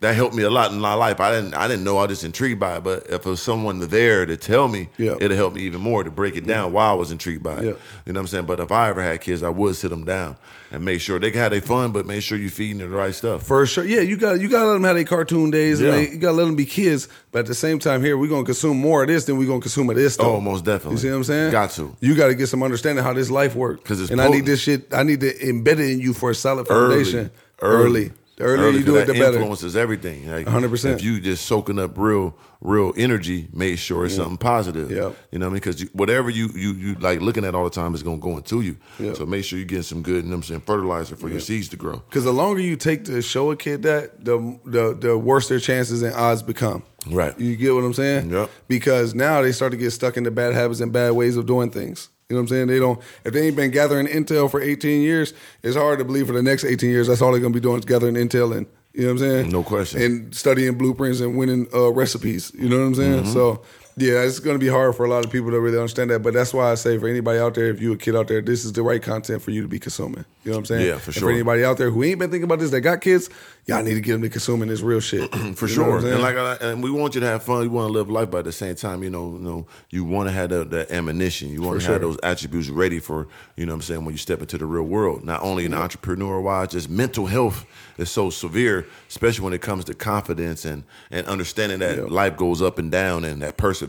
B: that helped me a lot in my life. I didn't I didn't know I was just intrigued by it, but if there was someone there to tell me,
A: Yeah.
B: it'll help me even more to break it down why I was intrigued by it.
A: Yeah.
B: You know what I'm saying? But if I ever had kids, I would sit them down and make sure they can have their fun, but make sure you're feeding them the right stuff.
A: For sure. Yeah, you got you got to let them have their cartoon days.
B: Yeah.
A: And they, you got to let them be kids. But at the same time, here we're gonna consume more of this than we're gonna consume of this. Though.
B: Oh, most definitely.
A: You see what I'm saying?
B: Got to.
A: You got to get some understanding how this life works.
B: 'Cause it's
A: and I need
B: potent.
A: this shit. I need to embed it in you for a solid
B: Early.
A: foundation.
B: Early.
A: The earlier you do it, the
B: influence
A: better.
B: Influences everything. Like,
A: 100%.
B: If you just soaking up real, real energy, made sure it's something positive.
A: Yep.
B: You know what I mean? Because whatever you you you like looking at all the time is gonna go into you.
A: Yep.
B: So make sure you get some good, you know what I'm saying, fertilizer for your seeds to grow.
A: Because the longer you take to show a kid that, the the the worse their chances and odds become.
B: Right.
A: You get what I'm saying?
B: Yep.
A: Because now they start to get stuck into bad habits and bad ways of doing things. You know what I'm saying? They don't. If they ain't been gathering intel for 18 years, it's hard to believe for the next 18 years that's all they're gonna be doing is gathering intel and you know what I'm saying?
B: No question.
A: And studying blueprints and winning uh, recipes. You know what I'm saying?
B: Mm-hmm.
A: So. Yeah, it's going to be hard for a lot of people to really understand that, but that's why I say for anybody out there, if you a kid out there, this is the right content for you to be consuming. You know what I'm saying?
B: Yeah, for
A: And
B: sure.
A: for anybody out there who ain't been thinking about this, that got kids, y'all need to get them to consuming this real shit.
B: for
A: You know what
B: sure.
A: I'm saying?
B: And like, I, and we want you to have fun. You want to live life, but at the same time, you know, you know, you want to have that, that ammunition. You want to have
A: sure.
B: those attributes ready for, you know, what I'm saying when you step into the real world. Not only in entrepreneur wise, just mental health is so severe, especially when it comes to confidence and and understanding that life goes up and down and that perseverance.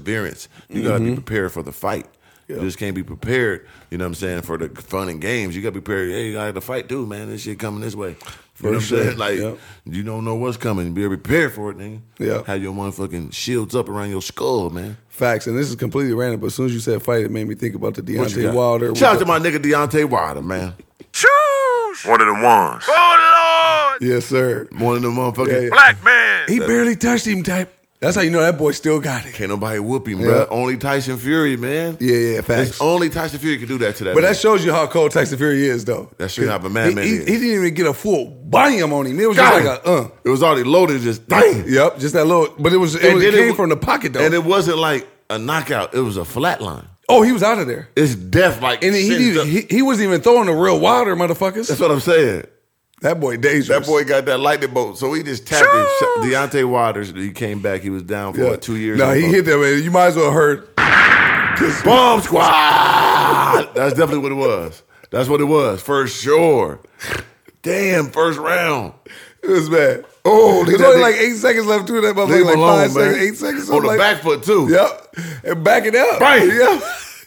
B: You got to be prepared for the fight. You
A: Yeah.
B: just can't be prepared, you know what I'm saying, for the fun and games. You got to be prepared. Hey, you got to fight too, man. This shit coming this way. You know what I'm
A: sure.
B: saying? Like,
A: Yep.
B: you don't know what's coming. Be prepared for it, nigga.
A: Yeah.
B: Have your motherfucking shields up around your skull, man.
A: Facts, and this is completely random. But as soon as you said fight, it made me think about the
B: What you
A: Deontay
B: got?
A: Wilder.
B: Shout out to my nigga Deontay Wilder, man.
D: Choose!
C: One of the ones.
D: Oh, Lord!
A: yes, sir.
B: One of them motherfucking.
A: Yeah, yeah.
D: Black man!
A: He barely touched him, type. That's how you know that boy still got it.
B: Can't nobody whoop him,
A: Yeah.
B: bro. Only Tyson Fury, man.
A: Yeah, yeah, facts.
B: It's only Tyson Fury can do that to that.
A: But
B: man.
A: that shows you how cold Tyson Fury is, though.
B: That straight up a
A: He,
B: madman
A: he,
B: is.
A: he didn't even get a full bam on him. It was
B: God.
A: just like a uh.
B: It was already loaded, just dang.
A: Yep, just that little. But it was it,
B: And
A: was, it
B: then it
A: came
B: w-
A: from the pocket though.
B: And it wasn't like a knockout. It was a flat line.
A: oh, he was out of there,
B: It's death, like
A: and he
B: sends
A: he,
B: up-
A: he he wasn't even throwing the real Wilder
B: That's
A: motherfuckers.
B: what I'm saying.
A: That boy dangerous.
B: That boy got that lightning bolt, so he just tapped it. Deontay Waters, he came back. He was down for
A: Yeah.
B: what, two years.
A: No, he hit that man. You might as well heard.
B: Bomb Squad. That's definitely what it was. That's what it was for sure. Damn, first round.
A: It was bad.
B: Oh,
A: There's
B: leave
A: only
B: that
A: like
B: nigga-
A: eight seconds left to that motherfucker.
B: Leave him
A: Like
B: alone,
A: five
B: man.
A: seconds, eight seconds.
B: on
A: something
B: the
A: like-
B: back foot too.
A: Yep. And back it up.
B: Right.
A: Yep.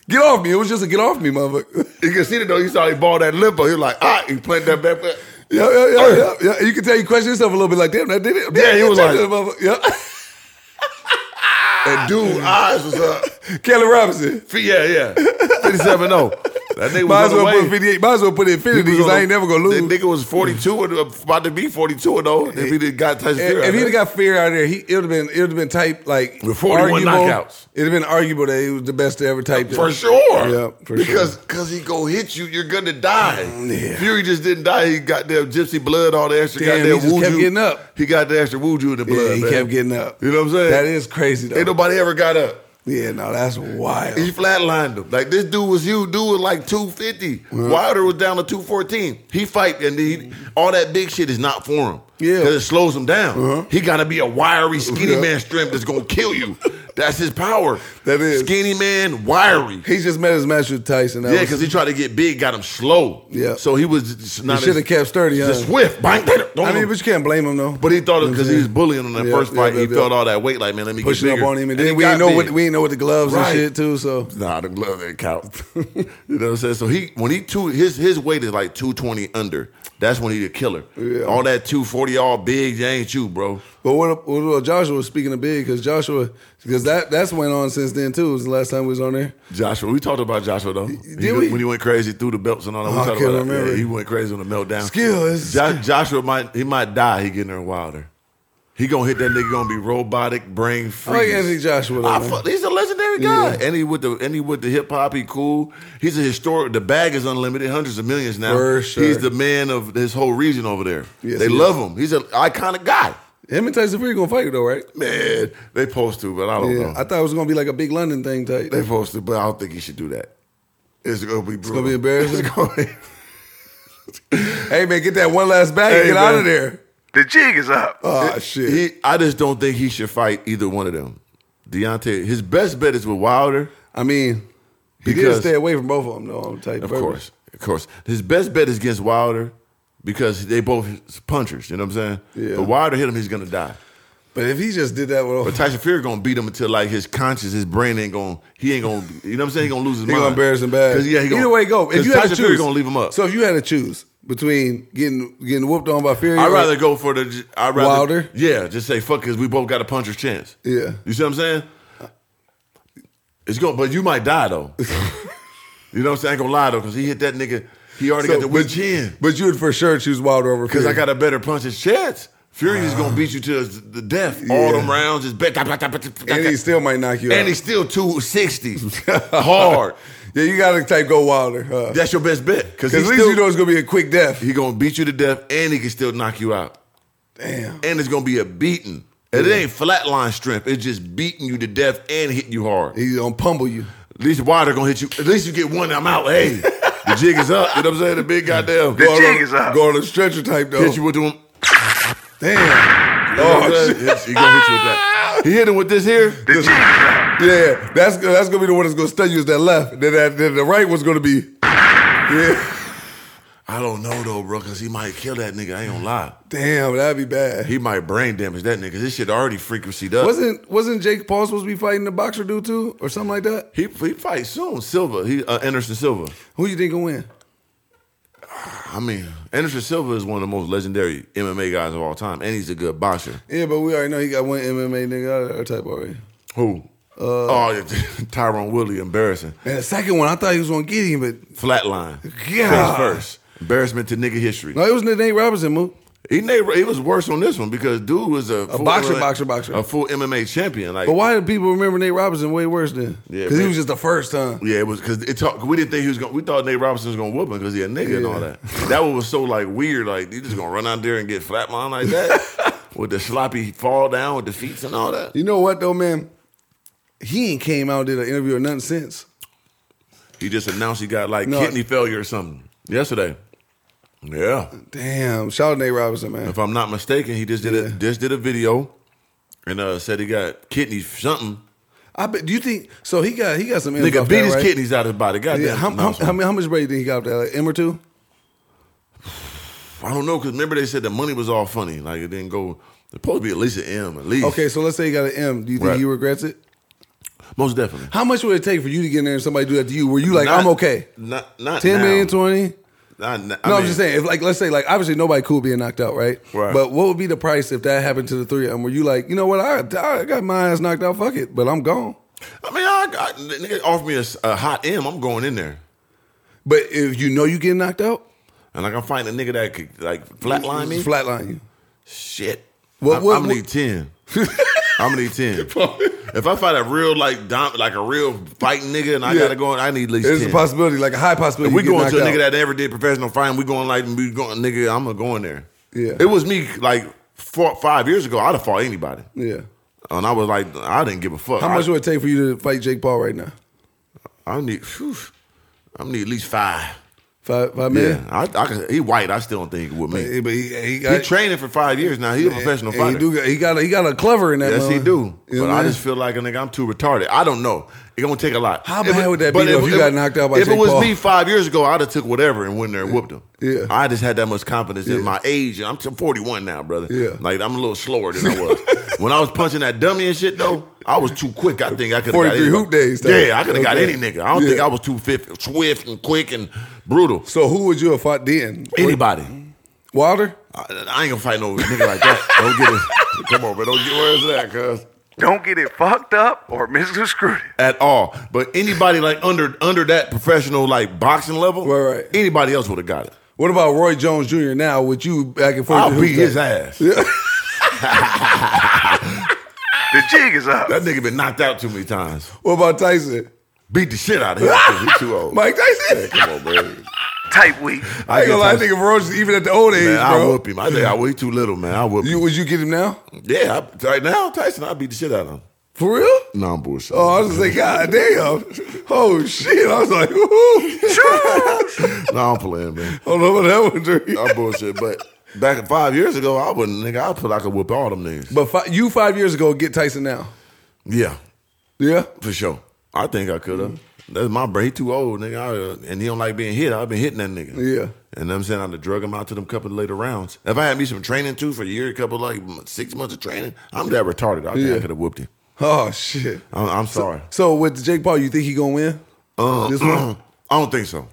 A: Get off me. It was just a get off me, motherfucker.
B: You can see it though. You saw he balled that limp. up. He was like, ah, he played that back foot.
A: Yeah, yeah, yeah, yeah, yeah. You can tell you question yourself a little bit like, damn, that did it.
B: Yeah, he was like-
A: yeah. Ah.
B: And dude, eyes was up.
A: Kelly Robinson.
B: Yeah, yeah. 57 0. oh. That nigga was
A: Might
B: on
A: as
B: the
A: well
B: way.
A: put 58. Might as well put
B: He
A: infinity
B: was
A: because
B: on
A: I
B: the-
A: ain't never gonna lose.
B: That nigga was 42 and about to be 42 and 0 if he didn't got Tyson
A: if,
B: Fury.
A: if he'd have got fear out of there, he it would have been it would have been type like
B: With 41 knockouts.
A: It'd have been arguable that he was the best to ever type
B: for sure.
A: Yeah, for Mm,
B: because cause he go hit you, you're gonna die.
A: yeah.
B: Fury just didn't die. He got their gypsy blood, all the extra
A: Damn,
B: goddamn
A: he just kept
B: wuju.
A: getting up.
B: He got the extra wuju in the blood.
A: Yeah, he
B: man.
A: kept getting up.
B: You know what I'm saying?
A: That is crazy though.
B: Ain't nobody ever got up.
A: yeah, no, that's wild.
B: He flatlined him. Like this dude was huge. Dude was like 250. Wilder was down to 214. He fight and he, all that big shit is not for him.
A: Yeah.
B: 'Cause it slows him down.
A: Uh-huh.
B: He gotta be a wiry, skinny
A: Yeah.
B: man strength that's gonna kill you. That's his power.
A: That is.
B: skinny man, wiry.
A: He just met his match with Tyson. That
B: Yeah,
A: was-
B: because he tried to get big, got him slow.
A: Yeah.
B: So he was just not.
A: He shoulda
B: as-
A: kept sturdy,
B: just
A: huh?
B: swift. Bang, bang, don't
A: I mean,
B: know.
A: but you can't blame him though.
B: but he thought
A: You know
B: because
A: what
B: he
A: I'm
B: was
A: saying?
B: bullying on that
A: Yeah,
B: first
A: yeah,
B: fight.
A: yeah,
B: he
A: yeah.
B: felt all that weight. Like man, let me
A: pushing
B: get
A: up
B: bigger.
A: on him, and
B: he
A: then we ain't
B: got
A: know what
B: big.
A: we ain't know what the gloves
B: Right.
A: and shit too. So
B: Nah, the glove didn't count. you know what I'm saying? So he when he two his his weight is like 220 under. That's when he a killer.
A: Yeah.
B: All that 240 all big, that ain't you, bro.
A: But what, what about Joshua speaking of big? Because Joshua, because that that's went on since then too. Was the last time we was on there.
B: Joshua, we talked about Joshua though. Did
A: we?
B: When he went crazy through the belts and all that. We
A: I
B: talked
A: can't
B: about that.
A: remember.
B: Yeah, he went crazy on the meltdown.
A: Skill is-
B: Jo- Joshua might he might die. He getting there Wilder. He gonna hit that nigga. Gonna be robotic, brain
A: I like
B: free.
A: Anthony Joshua. Though, man.
B: he's a legendary guy.
A: Yeah.
B: And he with the and he with the hip hop. He cool. He's a historic. The bag is unlimited. Hundreds of millions now.
A: For sure.
B: He's the man of his whole region over there.
A: Yes,
B: they
A: he
B: love him. He's an iconic guy.
A: Him and Tyson Fury gonna fight though, right?
B: Man, they supposed to, but I don't
A: Yeah,
B: know.
A: I thought it was gonna be like a big London thing type.
B: They supposed to, but I don't think he should do that. It's gonna be brutal. It's
A: gonna be embarrassing?
B: gonna be-
A: Hey man, get that one last bag and
B: Hey,
A: get out
B: man.
A: of there.
D: The jig is up.
A: Oh shit.
B: He, I just don't think he should fight either one of them. Deontay, his best bet is with Wilder,
A: I mean, he did
B: Because-
A: stay away from both of them though. On type
B: of
A: purpose.
B: course, of course. His best bet is against Wilder because they both punchers. You know what I'm saying?
A: Yeah.
B: But Wilder hit him, he's gonna die.
A: But if he just did that
B: But
A: with,
B: Tyson Fury gonna beat him until like his conscience, his brain ain't gonna. He ain't gonna. You know what I'm saying? He gonna lose his
A: he
B: mind.
A: gonna embarrass him bad.
B: 'Cause, Yeah, he gonna,
A: Either way, go. If
B: 'cause
A: you had
B: Tyson
A: to
B: Fury
A: choose,
B: gonna leave him up.
A: So if you had to choose, between getting getting whooped on by Fury.
B: I'd
A: or-
B: rather go for the. I rather
A: Wilder?
B: Yeah, just say fuck because we both got a puncher's chance.
A: Yeah.
B: you see what I'm saying? It's going, but you might die though. you know what I'm saying? I ain't gonna lie though, because he hit that nigga. He already
A: So,
B: got the weak
A: but-
B: chin.
A: But you would for sure choose Wilder over
B: Because I
A: Fury.
B: got a better puncher's chance. Fury is
A: Ah.
B: gonna beat you to the death. All them rounds is bet.
A: and he still might knock you out.
B: and he's still 260 hard.
A: yeah, you gotta type go Wilder. Huh?
B: That's your best bet because
A: Because at least you know it's gonna be a quick death.
B: he gonna beat you to death, and he can still knock you out.
A: Damn.
B: and it's gonna be a beating. And it ain't flatline strength. It's just beating you to death and hitting you hard.
A: He's gonna pummel you.
B: At least Wilder gonna hit you. At least you get one. I'm out. Hey, the jig is up. You know what I'm saying? The big goddamn.
D: The
B: Go
D: jig
B: on,
D: is up.
A: Go on a stretcher type though.
B: Hit you with the one.
A: Damn.
B: You know what I'm
A: Oh
B: saying?
A: shit.
B: He gonna hit you with that. He hit him with this here.
A: Yeah, that's that's gonna be the one that's gonna stun you is that left. Then that then the right one's gonna be. Yeah.
B: I don't know though, bro, because he might kill that nigga. I ain't gonna lie.
A: Damn, that'd be bad.
B: He might brain damage that nigga. This shit already frequency up.
A: Wasn't wasn't Jake Paul supposed to be fighting the boxer dude too, or something like that?
B: He he fight soon. Silva. He uh, Anderson Silva.
A: Who you think will win?
B: I mean, Anderson Silva is one of the most legendary MMA guys of all time, and he's a good boxer.
A: Yeah, but we already know he got one MMA nigga out of our type already.
B: Who? oh, yeah, Tyron Woodley, embarrassing.
A: And the second one, I thought he was gonna get him, but
B: Flatline.
A: God.
B: Face first. Embarrassment to nigga history.
A: no, it was the Nate Robinson move.
B: He, never, he was worse on this one because dude was a, full
A: boxer, boxer, boxer.
B: a full MMA champion. Like,
A: But why do people remember Nate Robinson way worse than?
B: Yeah,
A: because he
B: man.
A: was just the first time.
B: Yeah, it was because it talk, we didn't think he was going. to We thought Nate Robinson was going to whoop him because he a nigga and all
A: Yeah.
B: that. That one was so like weird. Like you just going to run out there and get flatlined like that with the sloppy fall down with the feet and all that.
A: You know what though, man? He ain't came out and did an interview or nothing since.
B: He just announced he got like
A: No.
B: kidney failure or something yesterday. Yeah.
A: Damn, shout out Nate Robinson, man.
B: If I'm not mistaken, he just did a
A: Yeah.
B: just did a video and uh, said he got kidney something.
A: I bet. Do you think so? He got he got some ends
B: Nigga
A: off
B: beat
A: that,
B: his
A: right?
B: kidneys out of his body. Goddamn.
A: Yeah, how,
B: No,
A: how,
B: sorry.
A: how, many- how much break do you think he got off that? Like M or two?
B: I don't know because remember they said the money was all funny. Like it didn't go. It's supposed to be at least an M, at least.
A: Okay, so let's say he got an M. Do you think
B: Right.
A: he regrets it?
B: most definitely.
A: How much would it take for you to get in there and somebody do that to you? Were you like, I'm okay?
B: Not not
A: 10
B: now.
A: million, 20?
B: Not, no,
A: No, I am just saying. If like, let's say, like, obviously nobody cool being knocked out, right?
B: Right.
A: But what would be the price if that happened to the three of them? Were you like, you know what? I, I got my ass knocked out. Fuck it, but I'm gone.
B: I mean, I, I, nigga offer me a, s- a hot M. I'm going in there,
A: But if you know you getting knocked out,
B: and like I'm finding a nigga that could like flatline me.
A: flatline you.
B: Shit.
A: What-
B: I'm,
A: what-
B: I'm gonna
A: what-
B: need ten. I'm gonna need ten. if I fight a real like dom, like a real fighting nigga, and I
A: Yeah.
B: gotta go, I need at least
A: It's a
B: ten.
A: possibility, like a high possibility.
B: if we
A: you get
B: going to a
A: knocked
B: nigga
A: out.
B: that never did professional fighting, we going like we going nigga. I'm gonna go in there.
A: Yeah.
B: It was me like four, five years ago. I'd have fought anybody,
A: Yeah.
B: and I was like, I didn't give a fuck.
A: How
B: I,
A: much would it take for you to fight Jake Paul right now?
B: I need? Whew, I need at least five.
A: Five, five
B: Yeah,
A: million.
B: I, I could, he white. I still don't think he would me.
A: Hey, But he, he
B: He
A: got
B: training for five years now. He a professional
A: and
B: fighter.
A: He, do, got- he got a, he got a clever in that.
B: Yes, he
A: motherfucker.
B: do.
A: You know
B: but
A: what
B: I
A: mean?
B: just feel like a nigga, I'm too retarded. I don't know. It's gonna take a lot.
A: How
B: If
A: bad
B: it-
A: would that
B: but
A: be though if you got knocked out by
B: If
A: Jake
B: it was
A: Paul?
B: me five years ago, I'd have took whatever and went there and whooped him.
A: Yeah.
B: I just had that much confidence in my age. I'm t- 41 now, brother.
A: Yeah.
B: like I'm a little slower than I was when I was punching that dummy and shit. Though I was too quick. I think I could have got
A: 43
B: any-
A: hoop days, though.
B: Yeah, I could have got
A: Okay.
B: any nigga. I don't
A: Yeah.
B: think I was too fit, swift and quick and brutal.
A: So who would you have fought then?
B: Anybody.
A: Wilder.
B: I, I ain't gonna fight no nigga like that. Don't get it. Come on, man. Don't get where it's at, cuz.
D: Don't get it fucked up or misconstrued.
B: at all. But anybody like under under that professional like boxing level,
A: Right, right.
B: anybody else would have got it.
A: What about Roy Jones Jr. Now with you back and forth?
B: I'll
A: to
B: beat
A: Houston?
B: his ass.
D: The jig is up.
B: That nigga been knocked out too many times.
A: What about Tyson?
B: Beat the shit out of him. 'cause He too old.
A: Mike Tyson.
B: Come on, man.
D: Tight week.
A: I ain't gonna lie. I think of Roy even at the old age,
B: Man, I
A: bro.
B: whoop him. I think I way too little, man. I whoop.
A: You
B: him.
A: would you get him now?
B: Yeah, I, right now Tyson, I beat the shit out of him.
A: For real?
B: No, I'm bullshit.
A: Oh, I was gonna say, God damn. Oh shit! I was like, woo.
B: no, I'm playing, man.
A: I don't know what that one, Dre.
B: I'm bullshit. But back five years ago, I wouldn't nigga. I put I could whoop all them niggas.
A: But fi- you five years ago get Tyson now.
B: Yeah,
A: Yeah.
B: For sure. I think I could have.
A: Mm-hmm.
B: That's my brain. He too old, nigga. I, uh, and he don't like being hit. I've been hitting that nigga.
A: Yeah.
B: And I'm saying I'd have drug him out to them couple of later rounds. If I had me some training too for a year, a couple like m- six months of training, I'm that retarded. I think
A: Yeah.
B: I could have whooped him.
A: Oh shit.
B: I'm, I'm sorry.
A: So with Jake Paul, you think he gonna win?
B: Um,
A: This one?
B: I don't think so.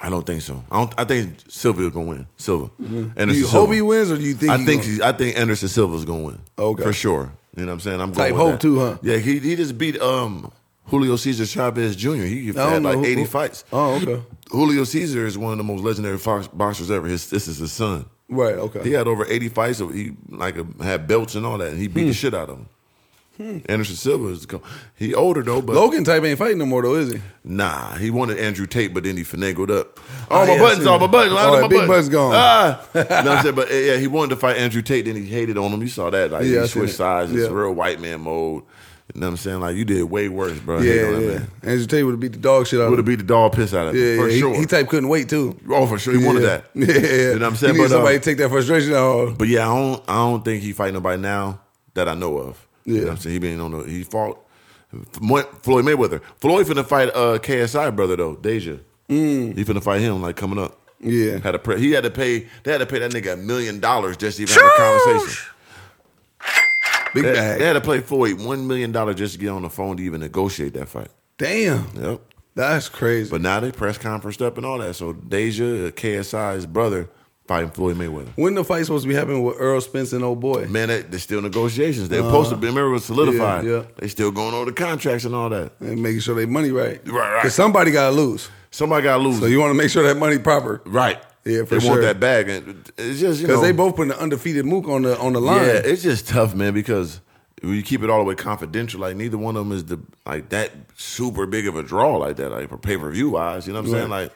B: I don't think so. I don't. I think Silva's gonna win. Silva. Anderson
A: Do Mm-hmm. you
B: Silva.
A: hope he wins or do you think?
B: I
A: he
B: think
A: gonna-
B: he's, I think Anderson Silva's gonna win.
A: Okay.
B: for sure. You know what I'm saying? I'm
A: Type
B: going with
A: hope
B: that.
A: too, huh?
B: Yeah, he he just beat um Julio Cesar Chavez Jr. He
A: I
B: had
A: don't
B: like
A: know who-
B: 80
A: who-
B: fights.
A: Oh, okay.
B: Julio Cesar is one of the most legendary fox boxers ever. His this is his son.
A: Right. Okay.
B: He had over 80 fights. So he like had belts and all that, and he beat
A: Hmm.
B: the shit out of him. Anderson Silva is co- he older though, but
A: Logan type ain't fighting no more though, is he?
B: nah, he wanted Andrew Tate, but then he finagled up.
A: Oh,
B: All my
A: yeah,
B: buttons,
A: I
B: all
A: see.
B: my buttons, all
A: All right,
B: my
A: big buttons
B: buttons.
A: gone.
B: Ah. You know what I'm saying? But uh, yeah, he wanted to fight Andrew Tate, then he hated on him. You saw that, like
A: Yeah, I
B: he
A: seen
B: switched
A: it.
B: sides. It's
A: Yeah.
B: real white man mode. You know what I'm saying? Like you did way worse, bro. Hate
A: Yeah,
B: on that
A: yeah.
B: man.
A: Andrew Tate would have beat the dog shit out
B: Would
A: of
B: have
A: him.
B: beat the dog piss out of him,
A: Yeah,
B: for
A: yeah.
B: sure.
A: He, he type couldn't wait too.
B: oh, for sure. He wanted
A: yeah.
B: that.
A: Yeah, yeah.
B: You know what I'm saying?
A: He need
B: But, uh,
A: somebody to take that frustration oh, out.
B: But yeah, I don't I don't think he fight nobody now that I know of. You know
A: Yeah.
B: what I'm saying? He been on the he fought Mo- Floyd Mayweather. Floyd finna fight uh KSI brother though, Deja. He finna fight him like coming up.
A: Mm. Yeah.
B: Had a pre- he had to pay they had to pay that nigga a million dollars just to even have a conversation.
A: Big
B: They had,
A: bag.
B: they had to pay Floyd one million dollars just to get on the phone to even negotiate that fight.
A: Damn.
B: Yep.
A: That's crazy.
B: But now they press conference up and all that. So Deja, uh, KSI's brother, fighting Floyd Mayweather.
A: when the fight supposed to be happening with Earl Spence and old boy?
B: Man, they, there's still negotiations. They're supposed to be. Remember, it was solidified.
A: Uh-huh. yeah.
B: They still going over the contracts and all that.
A: And making sure they money right.
B: Right, right.
A: 'Cause somebody gotta lose.
B: Somebody got to lose.
A: So you wanna make sure that money proper.
B: right.
A: Yeah, for
B: They
A: sure.
B: want that bag. And it's just, you
A: Because
B: know.
A: they both putting the undefeated mook on the on the line.
B: Yeah, it's just tough, man, because when you keep it all the way confidential, like neither one of them is the like that super big of a draw like that, like for pay per view wise. You know what I'm saying?
A: Right.
B: Like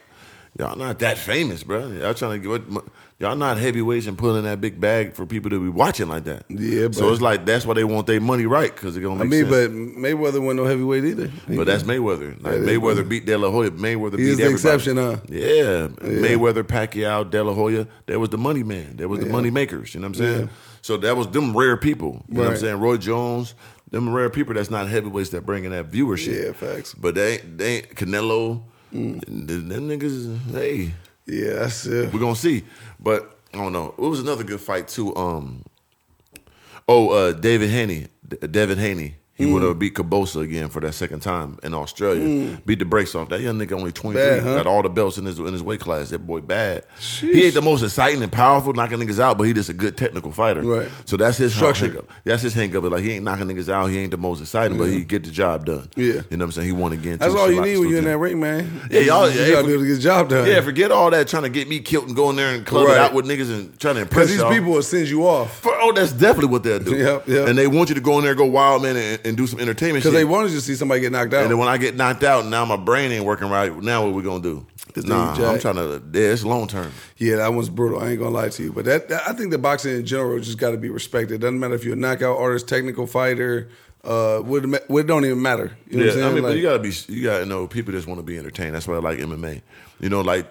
B: y'all not that famous, bro. Y'all trying to get what- y'all not heavyweights and pulling that big bag for people to be watching like that.
A: Yeah,
B: so
A: but-
B: it's like that's why they want their money right because it's gonna
A: I
B: make
A: mean,
B: sense.
A: but Mayweather wasn't no heavyweight either.
B: But that's Mayweather. Like
A: That is
B: Mayweather beat De La Hoya. Mayweather beat
A: He is the
B: everybody.
A: exception, huh?
B: Yeah. Mayweather, Pacquiao, De La Hoya. That was the money man. That was the money makers. You know what I'm saying?
A: Yeah.
B: So that was them rare people. You know what I'm
A: Right.
B: saying? Roy Jones, them rare people that's not heavyweights that bringing that viewership.
A: Yeah, facts. Mm.
B: But they ain't- they ain't Canelo. Them them niggas, hey,
A: yeah, that's it.
B: we're gonna see. But I don't know. It was another good fight too. Um oh uh David Haney. D- David Haney. He
A: Mm.
B: would have beat Cabosa again for that second time in Australia. Beat the brakes off. That young nigga only 23.
A: Mm. Bad, huh?
B: Got all the belts in his in his weight class. That boy bad. He ain't the most exciting and powerful knocking niggas out, but he just a good technical fighter.
A: Right.
B: So that's his
A: Structure.
B: hang up. That's his hang up. Like he ain't knocking niggas out. He ain't the most exciting, but he get the job done.
A: Yeah.
B: You know what I'm saying? He won again.
A: That's
B: too.
A: all
B: So
A: you
B: I
A: need
B: still
A: when you're in
B: think-
A: that ring, man.
B: Yeah, y'all-
A: you
B: yeah,
A: gotta be able to get the job done.
B: yeah, forget all that trying to get me killed and go in there and club it
A: Right.
B: out with niggas and trying to impress
A: because these
B: y'all.
A: people will send you off
B: For- oh, that's definitely what they'll do.
A: Yep, yep.
B: And they want you to go in there, go wild, man, and, and do some entertainment shit.
A: because they wanted you to see somebody get knocked
B: and
A: out.
B: then when I get knocked out, now my brain ain't working right. Now what we gonna do? Nah,
A: dude,
B: I'm
A: Jack.
B: trying to. Yeah, it's long term.
A: yeah, that one's brutal. I ain't gonna lie to you, but that, that- I think the boxing in general just got to be respected. Doesn't matter if you're a knockout artist, technical fighter. Uh, would ma- would don't even matter. You know
B: Yeah,
A: what I'm
B: I
A: saying?
B: mean, but
A: Like,
B: you gotta be. You gotta know people just want to be entertained. That's why I like MMA. You know, like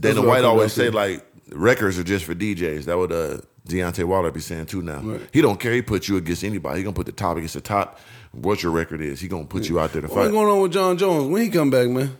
B: Dana
A: what I
B: White
A: think
B: always
A: about
B: say,
A: too.
B: like records are just for DJs. That would uh, Deontay Wilder be saying too now. He don't care. He put you against anybody. He gonna put the top against the top. What your record is, he gonna put you out there to
A: what's
B: fight.
A: going on with John Jones? When he come back, man?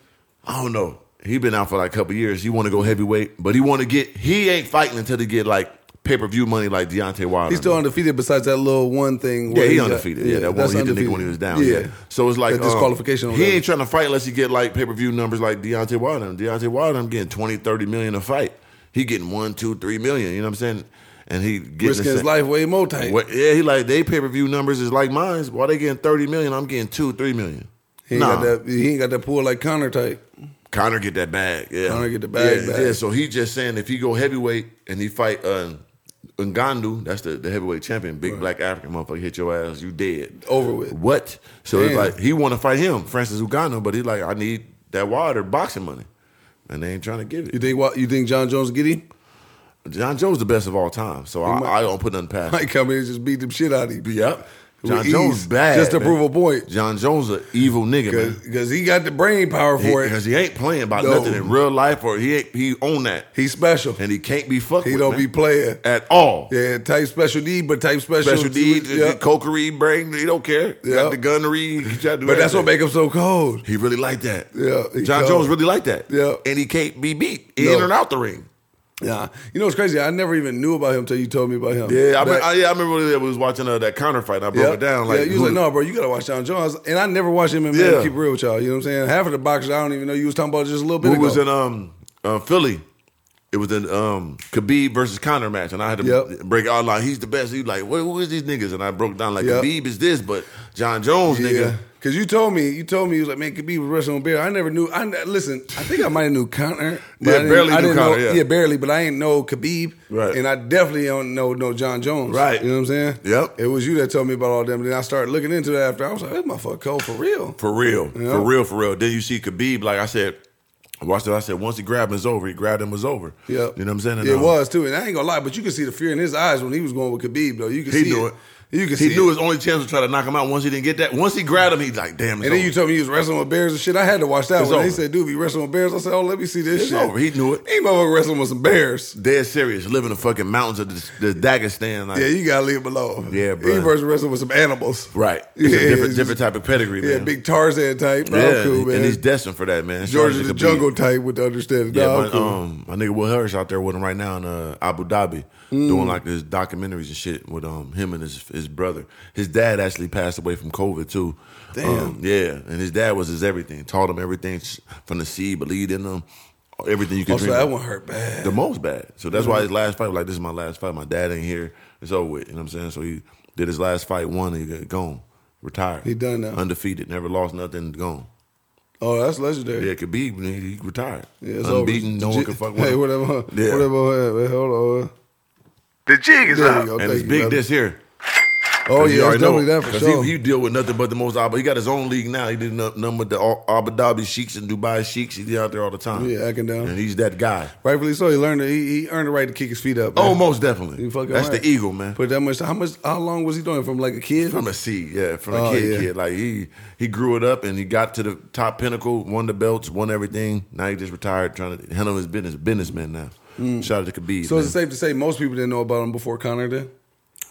B: I don't know. He been out for like a couple years. He want to go heavyweight, but he want to get. He ain't fighting until he get like pay per view money, like Deontay Wilder.
A: He's still undefeated. Besides that little one thing.
B: yeah,
A: where
B: he
A: got-
B: undefeated. Yeah, that one
A: that's
B: he did the nigga
A: undefeated.
B: when he was down. Yeah. So it's like
A: That
B: um,
A: disqualification. or
B: he
A: whatever.
B: ain't trying to fight unless he get like pay per view numbers like Deontay Wilder. And Deontay Wilder, I'm getting 20, 30 million a fight. He getting one, two, three million. You know what I'm saying? And he getting
A: risking
B: the
A: his
B: same-
A: life way more tight.
B: What, yeah, he like they pay per view numbers is like mine. Why they getting thirty million? I'm getting two, three million.
A: He ain't,
B: Nah.
A: got that, he ain't got that pull like Connor type.
B: Connor get that bag. Yeah,
A: Conor get the bag
B: Yeah,
A: back.
B: yeah, so he just saying if he go heavyweight and he fight uh, Ngandu, that's the, the heavyweight champion, big black African motherfucker, hit your ass, you dead,
A: Over with.
B: What? So it's
A: Damn.
B: like he want to fight him, Francis Ngannou, but he's like, I need that water boxing money, and they ain't trying to give
A: You
B: it.
A: think what you think John Jones get him?
B: John Jones the best of all time, so I,
A: might-
B: I don't put nothing past. him.
A: Might come in and just beat the shit out of him.
B: Yep,
A: With
B: John
A: ease,
B: Jones bad
A: Just to
B: man.
A: prove a point.
B: John Jones an evil nigga, man.
A: Because he got the brain power for
B: Because
A: it.
B: he, ain't playing about
A: No.
B: nothing in real life, or he ain't, he own that,
A: He's special.
B: and he can't be fucked.
A: He
B: with,
A: don't
B: man.
A: be playing.
B: at all.
A: Yeah, type special need, but type special.
B: Special D, the- the
A: Yeah.
B: cokery, brain, he don't care. He
A: Yeah.
B: Got the gunnery, he tried to do
A: But that's
B: everything.
A: what make him so cold.
B: he really liked that.
A: Yeah, he
B: John
A: cold.
B: Jones really liked that.
A: Yeah.
B: and he can't be beat in
A: No.
B: and out the ring.
A: Yeah. You know what's crazy? I never even knew about him until you told me about him.
B: Yeah, I,
A: Back-
B: mean, I, yeah, I remember when I was watching uh, that counter fight. and I broke
A: Yeah.
B: it down. Like,
A: yeah, you
B: who-
A: was like, no, bro, you gotta watch John Jones, and I never watched him. And
B: Yeah.
A: keep it real with y'all, you know what I'm saying? Half of the boxers I don't even know you was talking about just a little bit
B: who
A: ago.
B: was in um uh, uh, Philly. It was an um, Khabib versus Conor match, and I had to
A: Yep.
B: break out like he's the best. He like, what, who is these niggas? And I broke down like
A: Yep.
B: Khabib is this, but John Jones,
A: Yeah.
B: nigga,
A: Cause you told me, you told me you was like, man, Khabib was wrestling with Bear. I never knew. I ne- listen. I think I might have knew Connor.
B: Yeah,
A: I didn't-
B: barely
A: I
B: knew
A: didn't
B: Conor,
A: Know,
B: yeah.
A: barely. But I ain't know Khabib,
B: Right.
A: And I definitely don't know no John Jones,
B: Right.
A: You know what I'm saying?
B: Yep.
A: It was you that told me about all them. Then I started looking into that after. I was like, this motherfucker cold for real.
B: for real,
A: Yeah.
B: for real, for real. Then you see Khabib, like I said, I watched it. I said once he grabbed him, it's over. He grabbed him, it was over.
A: Yep.
B: you know what I'm saying? And,
A: it
B: um,
A: was too, and I ain't gonna lie, but you could see the fear in his eyes when he was going with Khabib, though. You could
B: He
A: see
B: knew
A: it.
B: it.
A: You could
B: He
A: see
B: knew
A: it.
B: his only chance was to try to knock him out. Once he didn't get that, once he grabbed him, he's like, damn, it's
A: And then
B: over.
A: you told me he was wrestling with bears and shit. I had to watch that
B: It's
A: one. He
B: over.
A: said, "Dude, be wrestling with bears." I said, "Oh, let me see this
B: It's
A: shit."
B: over. He knew it.
A: He motherfucker wrestling with some bears.
B: dead serious, live in the fucking mountains of the, the Dagestan. Like,
A: Yeah, you gotta leave him alone.
B: Yeah, bruh.
A: He versus wrestling with some animals.
B: right. It's
A: Yeah,
B: a different,
A: it's
B: different
A: just-
B: type of pedigree,
A: Yeah,
B: man.
A: big Tarzan type. Bro,
B: yeah,
A: I'm cool, man.
B: and he's destined for that, man.
A: George of
B: Sean
A: the
B: Jacoby.
A: Jungle type with the understanding.
B: Yeah,
A: Nah, I'm
B: my,
A: cool. Oh,
B: um, my nigga Will Harris out there with him right now in uh, Abu Dhabi,
A: Mm.
B: doing like his documentaries and shit with um him and his his brother. His dad actually passed away from COVID too.
A: Damn.
B: Um, yeah, and his dad was his everything. Taught him everything from the seed, believed in him, everything you could.
A: also,
B: dream
A: Oh, that
B: of.
A: one Mm-hmm. hurt bad.
B: the most bad. So that's why his last fight was like, this is my last fight. My dad ain't here. It's over with. You know what I'm saying? So he did his last fight, won, and he got gone. Retired.
A: He done now.
B: Undefeated. Never lost nothing, gone.
A: oh, that's legendary.
B: Yeah, Khabib, he, he retired.
A: Yeah, it's
B: Unbeaten,
A: over.
B: no one can fuck with
A: Hey,
B: him.
A: whatever.
B: Yeah.
A: Whatever. Hey, Hold on. Oh,
D: The jig is
A: There
D: up.
A: we go.
B: And
A: Thank
B: it's
A: you,
B: big
A: brother.
B: this here.
A: Oh,
B: 'Cause you
A: yeah, it's definitely
B: already know.
A: that for
B: 'Cause
A: sure.
B: He, he deal with nothing but the most Abu. He got his own league now. He did nothing, nothing but the Al- Abu Dhabi sheiks and Dubai sheiks. He's out there all the time.
A: Yeah, acting down.
B: And he's that guy.
A: Rightfully so. He learned. He, he earned the right to kick his feet up. man.
B: Oh, most definitely.
A: You fucking
B: That's
A: right.
B: the eagle, man.
A: Put that much. How much? How long was he doing? From like a kid.
B: From a seed, yeah, from a
A: Oh,
B: kid,
A: yeah.
B: kid. Like he he grew it up and he got to the top pinnacle, won the belts, won everything. Now he just retired, trying to handle his business, businessman now. Shout out to Khabib.
A: Hmm. so
B: man.
A: is it safe to say most people didn't know about him before Connor did?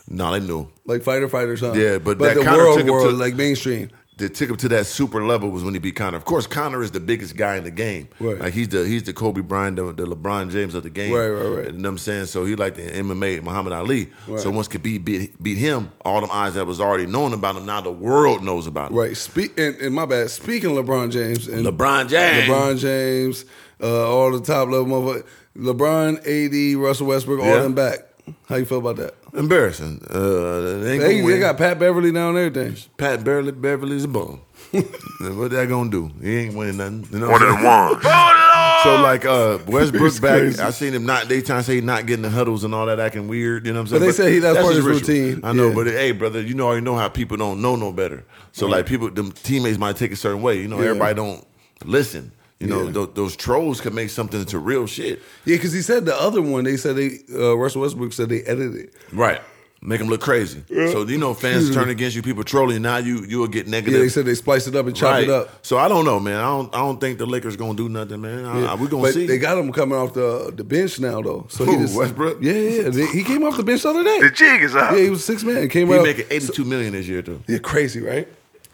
B: no, they knew.
A: Like fighter fighters, huh?
B: Yeah, but that
A: the
B: Conor
A: world
B: took him
A: world
B: to-
A: like mainstream.
B: That took him to that super level was when he beat Connor. Of course, Connor is the biggest guy in the game.
A: Right.
B: Like he's the he's the Kobe Bryant, the, the LeBron James of the game.
A: Right, right, right.
B: You know what I'm saying? So he like the MMA, Muhammad Ali.
A: Right.
B: So once Khabib beat, beat him, all them eyes that was already known about him, now the world knows about him.
A: Right. Speak and, and my bad. Speaking of LeBron James and
B: LeBron James.
A: LeBron James, uh, all the top level motherfuckers. LeBron, AD, Russell Westbrook, all
B: Yeah.
A: them back. How you feel about that?
B: Embarrassing. Uh, they, ain't
A: They,
B: gonna
A: they
B: win.
A: got Pat Beverly down and everything.
B: Pat Beverly, Beverly's a bum. what that gonna do? He ain't winning nothing. You know what
D: One
B: I'm
D: of the
B: saying?
D: ones.
B: So like uh, Westbrook back,
A: Oh. crazy.
B: I seen him not. They trying to say he not getting the huddles and all that acting weird. You know what I'm saying?
A: But they say he- that's part of
B: his
A: his
B: ritual.
A: routine.
B: I know,
A: Yeah.
B: but hey, brother, you know already know how people don't know no better. So like people, them teammates might take a certain way. You know,
A: Yeah.
B: everybody don't listen. You know,
A: Yeah.
B: tho- those trolls can make something into real shit.
A: Yeah, because he said the other one. They said they uh, Russell Westbrook said they edited. it.
B: Right. Make them look crazy. So you know, fans turn against you. People trolling. Now you you will get negative.
A: Yeah, they said they spliced it up and chopped it up.
B: So I don't know, man. I don't. I don't think the Lakers gonna do nothing, man. I,
A: Yeah.
B: I- we gonna
A: but
B: see.
A: They got him coming off the the bench now though. So he
B: Who,
A: just,
B: Westbrook?
A: Yeah, yeah. They- He came off the bench the other day.
D: The jig is up.
A: Yeah, he was six man. Came
B: he
A: out.
B: making eighty two million this year though.
A: yeah, crazy, right?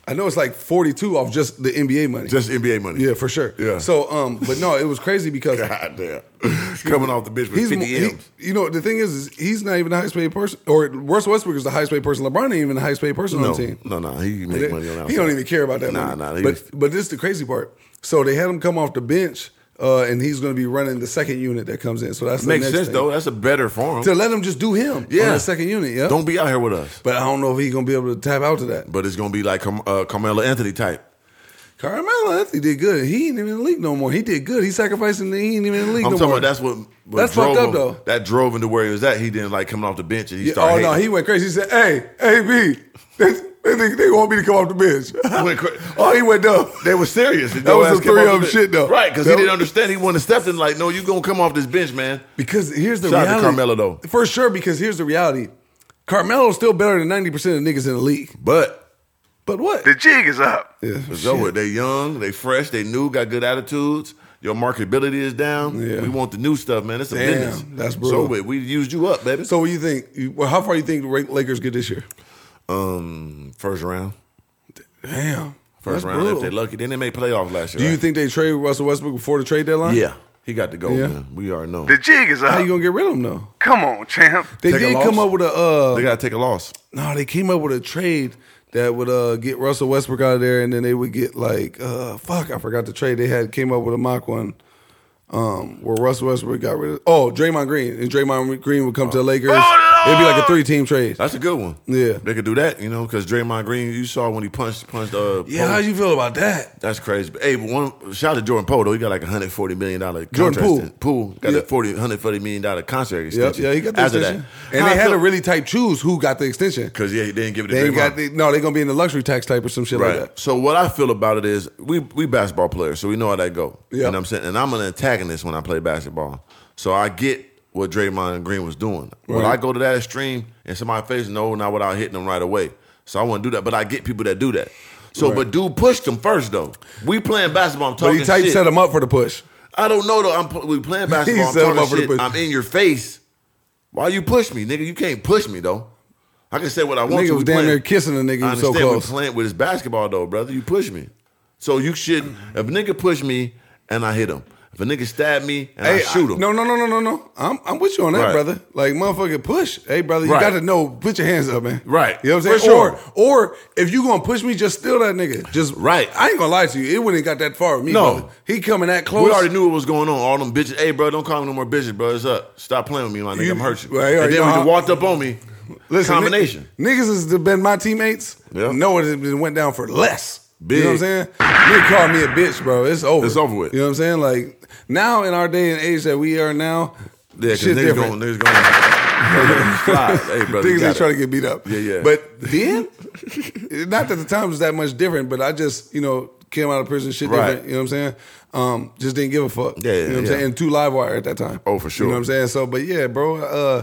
A: I know it's like forty two off just the NBA money.
B: Just NBA money.
A: yeah, for sure.
B: Yeah.
A: So um, but no, it was crazy because
B: God damn. Coming off the bench with
A: he's
B: fifty
A: mo- he-
B: M's.
A: you know the thing is, is he's not even the highest paid person or Russell Westbrook is the highest paid person. LeBron ain't even the highest paid person on
B: No,
A: the team.
B: no, no. He make money on outside.
A: He don't even care about that. money.
B: Nah, nah. he
A: But
B: just-
A: but this is the crazy part. So they had him come off the bench, uh, and he's going to be running the second unit that comes in. So that's the
B: makes
A: next
B: sense
A: thing.
B: though. That's a better form.
A: To let him just do him
B: Yeah.
A: on the second unit. Yeah.
B: Don't be out here with us.
A: But I don't know if he's going to be able to tap out to that.
B: But it's gonna be like Cam- uh, Carmelo Anthony type.
A: Carmelo Anthony did good. He ain't even in the league no more. He did good. He sacrificed and he ain't even in the league
B: I'm
A: no
B: talking
A: more.
B: about that's what, what
A: That's
B: drove
A: fucked up,
B: him-
A: though.
B: That drove him to where he was at. He didn't like coming off the bench and he
A: Yeah,
B: started.
A: oh no,
B: hating.
A: he went crazy. He said, "Hey, AB, they, they, think they want me to come off the bench."
B: went cra-
A: oh, he went dumb.
B: They were serious.
A: That was some three of shit, though.
B: Right, because
A: That
B: he didn't
A: was-
B: understand. He wanted to step in like, no, you gonna come off this bench, man.
A: Because here's the
B: Shout out to
A: reality.
B: Carmelo, though.
A: For sure, because here's the reality. Carmelo's still better than 90% of niggas in the league.
B: But
A: But what?
D: The jig is up.
A: Yeah,
B: so what? They young, they fresh, they new, got good attitudes. Your marketability is down.
A: Yeah.
B: We want the new stuff, man. It's a
A: Damn,
B: business.
A: that's
B: So
A: brutal.
B: what? we used you up, baby.
A: So what do you think? You- Well, how far do you think the Ra- Lakers get this year?
B: um, first round,
A: Damn. that's
B: first round.
A: brutal.
B: If they lucky, then they made playoffs last year.
A: do you
B: right?
A: think they trade Russell Westbrook before the trade deadline?
B: Yeah, he got to go,
A: Yeah.
B: man. We already know.
D: The jig is
A: How you
D: up.
A: gonna get rid of him though?
D: Come on, champ.
A: They
B: Take a
A: did
B: loss?
A: come up with a uh
B: They got to take a loss.
A: no, they came up with a trade that would uh get Russell Westbrook out of there and then they would get like uh fuck, I forgot the trade they had came up with a mock one. um, where Russell Westbrook got rid of. Oh, Draymond Green and Draymond Green would come to the Lakers.
D: Oh, no!
A: It'd be like a three team trade.
B: That's a good one.
A: Yeah.
B: they could do that, you know, because Draymond Green, you saw when he punched punched. Uh,
A: Yeah,
B: Poe.
A: how you feel about that?
B: That's crazy. But, hey, but one shout out to Jordan Poole though. He got like a hundred forty million dollar
A: Jordan Poole.
B: Pool got
A: Yeah.
B: a 40, 140 million dollar
A: Yep,
B: contract extension.
A: yeah, he got the
B: after
A: extension.
B: that,
A: And they had to really tight choose who got the extension.
B: because yeah, he didn't give it. To
A: They ain't
B: Draymond.
A: got the, no. They gonna be in the luxury tax type or some shit like
B: Right.
A: that.
B: So what I feel about it is we we basketball players, so we know how that go.
A: Yeah.
B: You know what I'm saying? And I'm an antagonist when I play basketball. So I get what Draymond Green was doing. When
A: Right.
B: I go to that extreme and somebody face no, not without hitting them right away. So I wouldn't do that. But I get people that do that. So
A: Right.
B: but dude pushed them first though. We playing basketball, I'm
A: But
B: talking
A: he type
B: shit.
A: set him up for the push.
B: I don't know though. I'm pl- we playing basketball. I'm
A: set him
B: talking
A: up for the
B: shit.
A: push.
B: I'm in your face. Why you push me, nigga? You can't push me though. I can say what I want.
A: Nigga
B: to.
A: was
B: We
A: damn
B: playing-
A: near kissing the nigga. He
B: I
A: was so
B: understand we
A: close.
B: playing with his basketball though, brother. You push me, so you shouldn't. If a nigga push me and I hit him, if a nigga stab me and I
A: Hey,
B: shoot him,
A: No, no, no, no, no, no. I'm I'm with you on that,
B: Right.
A: brother. Like motherfucker, push. Hey, brother, you
B: Right.
A: gotta know. Put your hands up, man.
B: Right.
A: You know what I'm saying?
B: For sure.
A: Or or if you gonna push me, just steal that nigga. Just
B: Right.
A: I ain't gonna lie to you. It wouldn't got that far with me.
B: No.
A: brother. He coming that close.
B: we already knew what was going on. All them bitches. Hey, bro, don't call me no more bitches, bro. It's up. Stop playing with me, my nigga.
A: You-
B: I'm hurt you.
A: Well, you
B: and
A: already
B: then
A: know
B: when
A: how-
B: you walked up on me,
A: Listen,
B: combination.
A: ni- Niggas has been my teammates.
B: Yeah.
A: No, it has been- went down for less. You know what I'm
B: Big.
A: saying? Nigga called me a bitch, bro. It's over.
B: It's over with.
A: You know what I'm saying? Like now in our day and age that we are now,
B: yeah, because
A: shit
B: niggas
A: different.
B: going, niggas going. Slide. Hey, brother. you
A: Niggas
B: got
A: ain't trying
B: it.
A: to get beat up.
B: Yeah, yeah.
A: But then, not that the time was that much different, but I just, you know, came out of prison, shit
B: Right.
A: different. You know what I'm saying? Um, just didn't give a fuck.
B: Yeah, yeah,
A: You know what I'm
B: yeah.
A: saying? And two live wire at that time.
B: Oh, for sure.
A: You know what I'm saying? So, but yeah, bro, uh,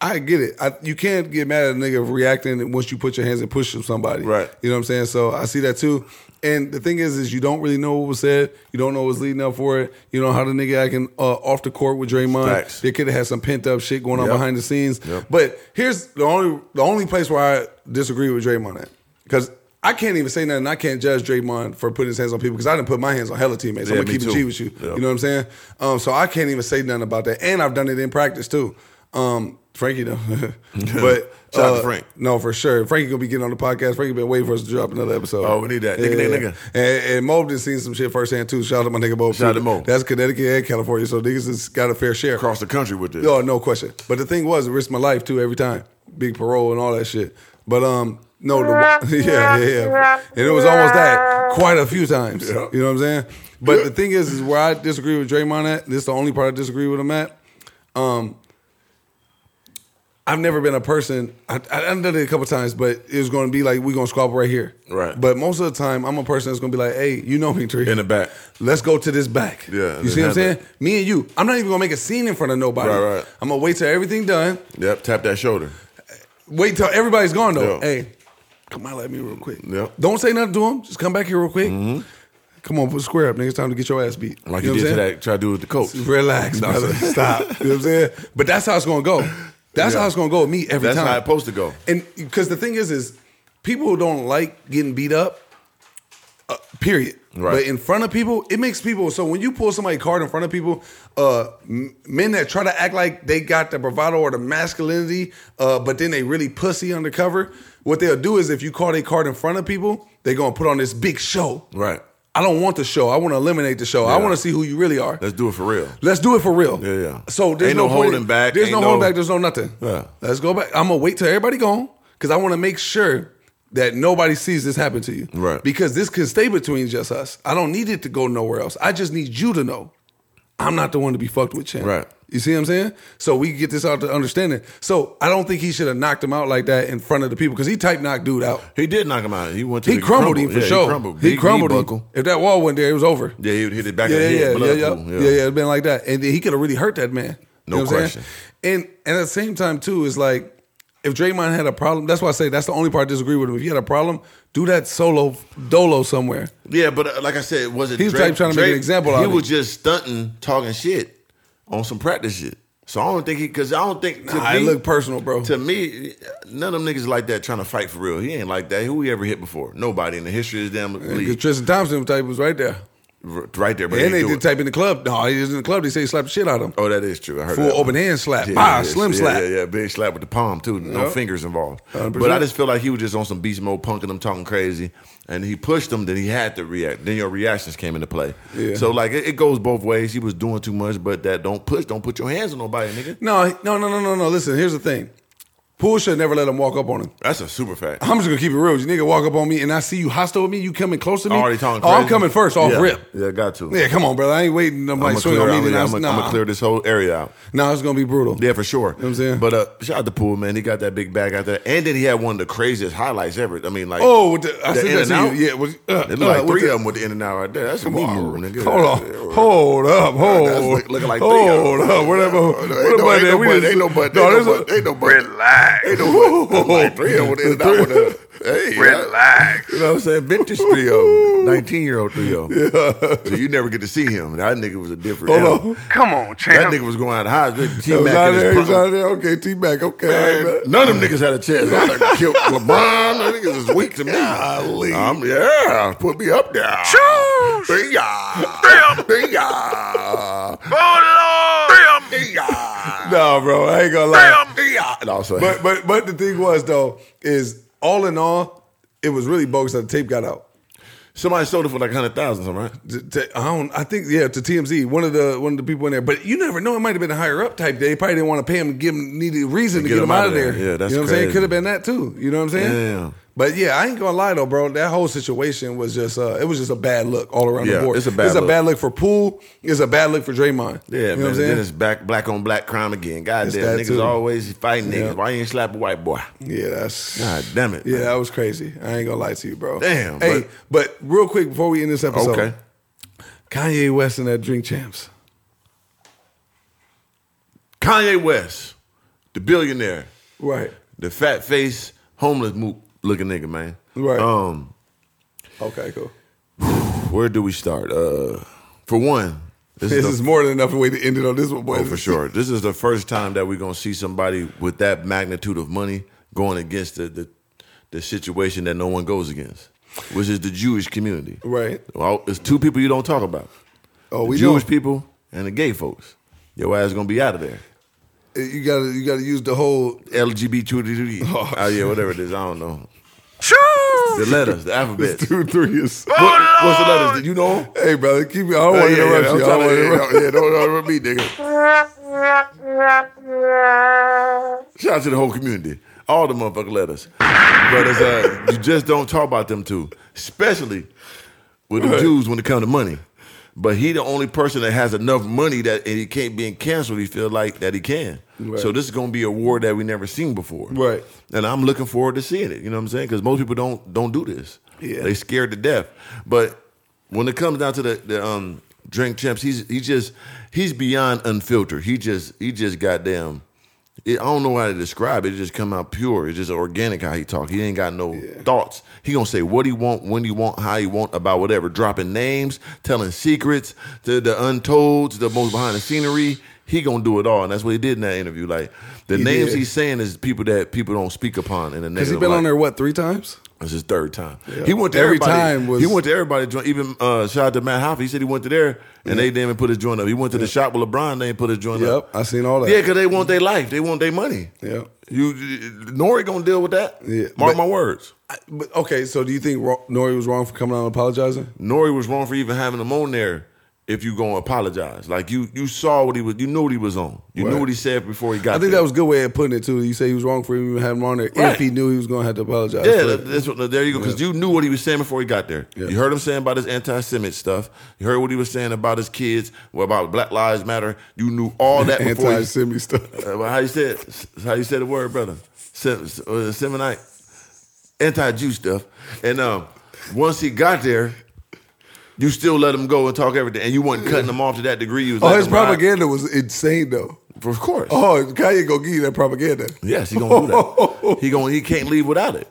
A: I get it. I, you can't get mad at a nigga for reacting once you put your hands and push somebody.
B: Right.
A: You know what I'm saying? So I see that too. And the thing is, is you don't really know what was said. You don't know what's leading up for it. You know how the nigga acting uh, off the court with Draymond.
B: Facts.
A: They could have had some pent up shit going on
B: Yep.
A: behind the scenes.
B: Yep.
A: But here's the only the only place where I disagree with Draymond at because I can't even say nothing. I can't judge Draymond for putting his hands on people because I didn't put my hands on hella teammates.
B: Yeah,
A: I'm gonna
B: me
A: keep it
B: too.
A: G with you.
B: Yeah.
A: You know what I'm saying? Um, so I can't even say nothing about that. And I've done it in practice too. Um, Frankie though, but uh,
B: Shout out to Frank.
A: No, for sure. Frankie gonna be getting on the podcast. Frankie been waiting for us to drop another episode.
B: Oh, we need that. Nigga, nigga, nigga.
A: And, and Mob done seen some shit firsthand too. Shout out to my nigga Mob.
B: Shout out
A: too.
B: to Mo.
A: That's Connecticut and California, so niggas has got a fair share.
B: across the country with this.
A: Oh, no question. But the thing was, it risked my life too every time. Big parole and all that shit. But um, no, the, yeah, yeah, yeah. And it was almost that quite a few times.
B: Yeah.
A: You know what I'm saying? But the thing is, is where I disagree with Draymond at. This is the only part I disagree with him at. Um, I've never been a person. I, I, I've done it a couple times, but it was going to be like we're going to squabble right here.
B: Right.
A: But most of the time, I'm a person that's going to be like, "Hey, you know me, Tree.
B: In the back.
A: Let's go to this back.
B: Yeah,
A: You see what I'm
B: they
A: saying?
B: have that.
A: Me and you. I'm not even gonna make a scene in front of nobody.
B: Right, right.
A: I'm gonna wait till everything done.
B: Yep, tap that shoulder.
A: Wait till everybody's gone though.
B: Yeah.
A: Hey, come on, let me real quick.
B: Yeah. Mm-hmm.
A: Don't say nothing to him. Just come back here real quick. Come on, put square up, nigga. It's time to get your ass beat.
B: Like
A: you
B: you
A: know
B: did to
A: what I'm
B: that, try to do it with the coach.
A: saying? Relax,
B: No,
A: brother.
B: sir.
A: Stop. you know what I'm saying? But that's how it's gonna go. That's
B: Yeah.
A: how it's gonna go with me every
B: That's
A: time.
B: how it's supposed to go.
A: And because the thing is, is people who don't like getting beat up. Uh, period.
B: Right.
A: But in front of people, it makes people. So when you pull somebody card in front of people, uh, m- men that try to act like they got the bravado or the masculinity, uh, but then they really pussy undercover. What they'll do is if you call their card in front of people, they're gonna put on this big show.
B: Right.
A: I don't want the show. I want to eliminate the show. I
B: Yeah.
A: want to see who you really are.
B: Let's do it for real.
A: Let's do it for real.
B: Yeah, yeah.
A: So there's
B: Ain't
A: no,
B: no
A: point in-
B: holding back,
A: There's
B: ain't
A: no, holding
B: no-
A: back. There's no nothing.
B: Yeah.
A: Let's go back. I'm gonna wait till everybody gone because I want to make sure that nobody sees this happen to you.
B: Right.
A: Because this can stay between just us. I don't need it to go nowhere else. I just need you to know I'm not the one to be fucked with, champ.
B: Right.
A: You see what I'm saying? So we get this out to understanding. So I don't think he should have knocked him out like that in front of the people because he type knocked dude out.
B: He did knock him out. He went to
A: He
B: the
A: crumbled him for
B: crumble. yeah,
A: sure.
B: He crumbled.
A: He
B: Big knee
A: crumbled him.
B: buckle.
A: If that wall went there, it was over.
B: Yeah, he would hit it back
A: Yeah,
B: in the
A: yeah,
B: head.
A: yeah,
B: blood
A: yeah,
B: pool.
A: yeah, yeah. It's been like that, and then he could have really hurt that man.
B: No
A: what I'm
B: question.
A: saying? And and at the same time too, it's like if Draymond had a problem, that's why I say that's the only part I disagree with him. If you had a problem, do that solo dolo somewhere.
B: Yeah, but uh, like I said, was it?
A: He was trying- trying to make an example
B: He
A: out of
B: was
A: it.
B: just stunting, talking shit on some practice shit. So I don't think he because I don't think to
A: Nah, it
B: me
A: looked personal, bro.
B: to me none of them niggas like that trying to fight for real. He ain't like that. Who he ever hit before? Nobody in the history of this damn
A: Because
B: league.
A: Tristan Thompson type was right there.
B: r- right there, but
A: And they
B: do
A: did
B: it.
A: type in the club. No, he was in the club. They say he slapped the shit out of him.
B: Oh, that is true. I heard
A: Full
B: that.
A: open hand slap. Ah, slim
B: yeah,
A: slap.
B: Yeah, yeah, big slap with the palm too. No
A: Yeah.
B: fingers involved.
A: 100%.
B: But I just feel like he was just on some beast mode, punking them, talking crazy, and he pushed them. Then he had to react. Then your reactions came into play.
A: Yeah.
B: So like it, it goes both ways. He was doing too much, but that don't push, don't put your hands on nobody, nigga.
A: No, no, no, no, no, no. Listen, here's the thing. Poole should never let him walk up on him.
B: That's a super fact.
A: I'm just gonna keep it real. You nigga walk up on me and I see you hostile with me. You coming close to me?
B: Already talking
A: Oh,
B: crazy.
A: I'm coming first off
B: yeah.
A: rip.
B: Yeah, got to.
A: Yeah, come on, brother. I ain't waiting. Nobody
B: I'm gonna
A: swing
B: clear,
A: on me.
B: I'm
A: then
B: gonna-
A: I
B: I'm
A: was-
B: gonna- I'm
A: nah.
B: gonna clear this whole area out.
A: Nah, it's gonna be brutal.
B: Yeah, for sure.
A: what I'm saying?
B: But uh, shout out to Poole, man. He got that big bag out there. And then he had one of the craziest highlights ever. I mean, like.
A: Oh, with the, I
B: The
A: said
B: in
A: that
B: and
A: to you.
B: out?
A: Yeah, with, uh,
B: It looked
A: uh,
B: like
A: with
B: three
A: the-
B: of them with the in and out right there. That's a
A: Hold
B: wild,
A: on,
B: nigga.
A: hold up,
B: That's
A: hold,
B: look- looking like three
A: hold
B: of them.
A: up, whatever.
B: Ain't no-
A: about
B: ain't
A: that?
B: no
A: We
B: butt,
A: just-
B: ain't no butt,
A: No,
B: ain't no
A: this-
B: butt, ain't no butt.
D: Relax.
B: Ain't no butt. That's like three of them with the in and out with the. Hey,
D: Relax.
B: You know what I'm saying? Vintage three of them. 19 year old three of them. So you never get to see him. That nigga was a different.
A: Hold
B: animal.
A: on.
D: Come on,
B: That
D: champ.
B: nigga was going out hot.
A: He was
B: T-Mac
A: out
B: and
A: there, he
B: his
A: was
B: pump.
A: out there. Okay, T Mac. Okay, all right,
B: Man, None of them niggas had a chance. I was like, kill LeBron. Them niggas is weak to me. I'm, yeah, put me up there.
D: Choose.
B: Booyah. Booyah.
D: Hold it on.
B: Booyah.
A: man. No, bro, I ain't gonna lie.
B: Booyah. And also,
A: But but but the thing was though is all in all, it was really bogus that the tape got out.
B: somebody sold it for like 100000 something, right?
A: To, to, I don't. I think yeah. To TMZ, one of the one of the people in there. But you never know. It might have been a higher up type. They probably didn't want to pay him. and Give him needed reason to get, him out of there.
B: Yeah, that's
A: you know what I'm saying.
B: crazy.
A: Could have been that too. You know what I'm saying.
B: Damn.
A: But yeah, I ain't gonna lie though, bro. That whole situation was just uh, it was just a bad look all around
B: Yeah,
A: the board.
B: it's a bad
A: It's
B: look.
A: a bad look for Poole. It's a bad look for Draymond.
B: Yeah,
A: you know
B: man.
A: what I'm
B: then
A: saying.
B: it's back, black on black crime again. God
A: It's
B: damn,
A: that
B: niggas
A: too.
B: always fighting niggas.
A: Yeah.
B: Why you ain't slap a white boy?
A: Yeah, that's
B: God damn it,
A: Yeah,
B: man.
A: that was crazy. I ain't gonna lie to you, bro.
B: Damn,
A: Hey, but, real quick before we end this episode,
B: Okay.
A: Kanye West and that Drink Champs.
B: Kanye West, the billionaire,
A: Right.
B: the fat face, homeless mook looking nigga, man.
A: Right.
B: Um,
A: Okay, cool.
B: Where do we start? Uh, for one, this,
A: This
B: the-
A: is more than enough way to end it on this one, boy.
B: oh, for sure. This is the first time that we're gonna see somebody with that magnitude of money going against the the, the situation that no one goes against, which is the Jewish community.
A: Right.
B: Well, it's two people you don't talk about:
A: Oh,
B: the
A: we
B: Jewish
A: Jewish
B: people and the gay folks. Your ass gonna be out of there.
A: Eh, You gotta you gotta use the whole
B: LGBT, oh, yeah, whatever it is, I don't know.
D: Choose.
B: The letters, the alphabet.
A: two three is. Oh,
B: What- what's the letters? Do you know 'em?
A: Hey, brother, keep me. I don't want to
B: Oh, yeah,
A: interrupt
B: yeah,
A: you. I don't
B: I'm
A: want to
B: trying to-
A: interrupt.
B: yeah, don't interrupt me, nigga. Shout out to the whole community, all the motherfucking letters. But it's, uh, you just don't talk about them two, especially with the Jews when it comes to money. But he the only person that has enough money that and he can't being canceled. He feel like that he can.
A: Right.
B: So this is gonna be a war that we never seen before.
A: Right.
B: And I'm looking forward to seeing it. You know what I'm saying? Because most people don't don't do this.
A: Yeah.
B: They scared to death. But when it comes down to the, the um drink champs, he's he just he's beyond unfiltered. He just he just goddamn it, I don't know how to describe it. It just come out pure. It's just organic how he talk. He ain't got no thoughts. He gonna say what he want, when he want, how he want about whatever. Dropping names, telling secrets, the the untolds, the most behind the scenery. He gonna do it all, and that's what he did in that interview. Like the names
A: did.
B: he's saying is people that people don't speak upon in the
A: Has he
B: negative
A: been
B: light.
A: on there what three times?
B: It's his third time. He went to
A: Every
B: everybody.
A: time was-
B: He went to everybody. joint. Even uh, shout out to Matt Hoffman. He said he went to there and they didn't even put his joint up. He went to the shop with LeBron. They didn't put his joint
A: Yep,
B: up.
A: I seen all that.
B: Yeah, because they want their life. They want their money.
A: Yep.
B: You Nori gonna deal with that.
A: Yeah, but-
B: Mark my words.
A: I- but okay, so do you think Ro- Nori was wrong for coming out and apologizing?
B: Nori was wrong for even having him on there. If you gonna apologize, like you you saw what he was, you knew what he was on. You knew
A: Right.
B: what he said before he
A: I
B: got.
A: think
B: there.
A: that was a good way of putting it too. You say he was wrong for even having him on there
B: Right.
A: if he knew he was going to have to apologize.
B: Yeah,
A: for
B: that,
A: it.
B: that's what, there you go. Because you knew what he was saying before he got there.
A: Yeah.
B: You heard him saying about his anti-Semitic stuff. You heard what he was saying about his kids, well, about Black Lives Matter. You knew all that before. he-
A: anti-Semi stuff.
B: Uh, well, how you said how you said the word, brother? Sem, uh, Semonite, anti-Jew stuff. And um, once he got there, you still let him go and talk everything, and you weren't cutting him off to that degree. You was
A: Oh,
B: letting
A: his
B: him ride.
A: propaganda was insane though.
B: of course.
A: Oh, Kanye gonna give you that propaganda.
B: Yes, he gonna do that. he gonna he can't leave without it.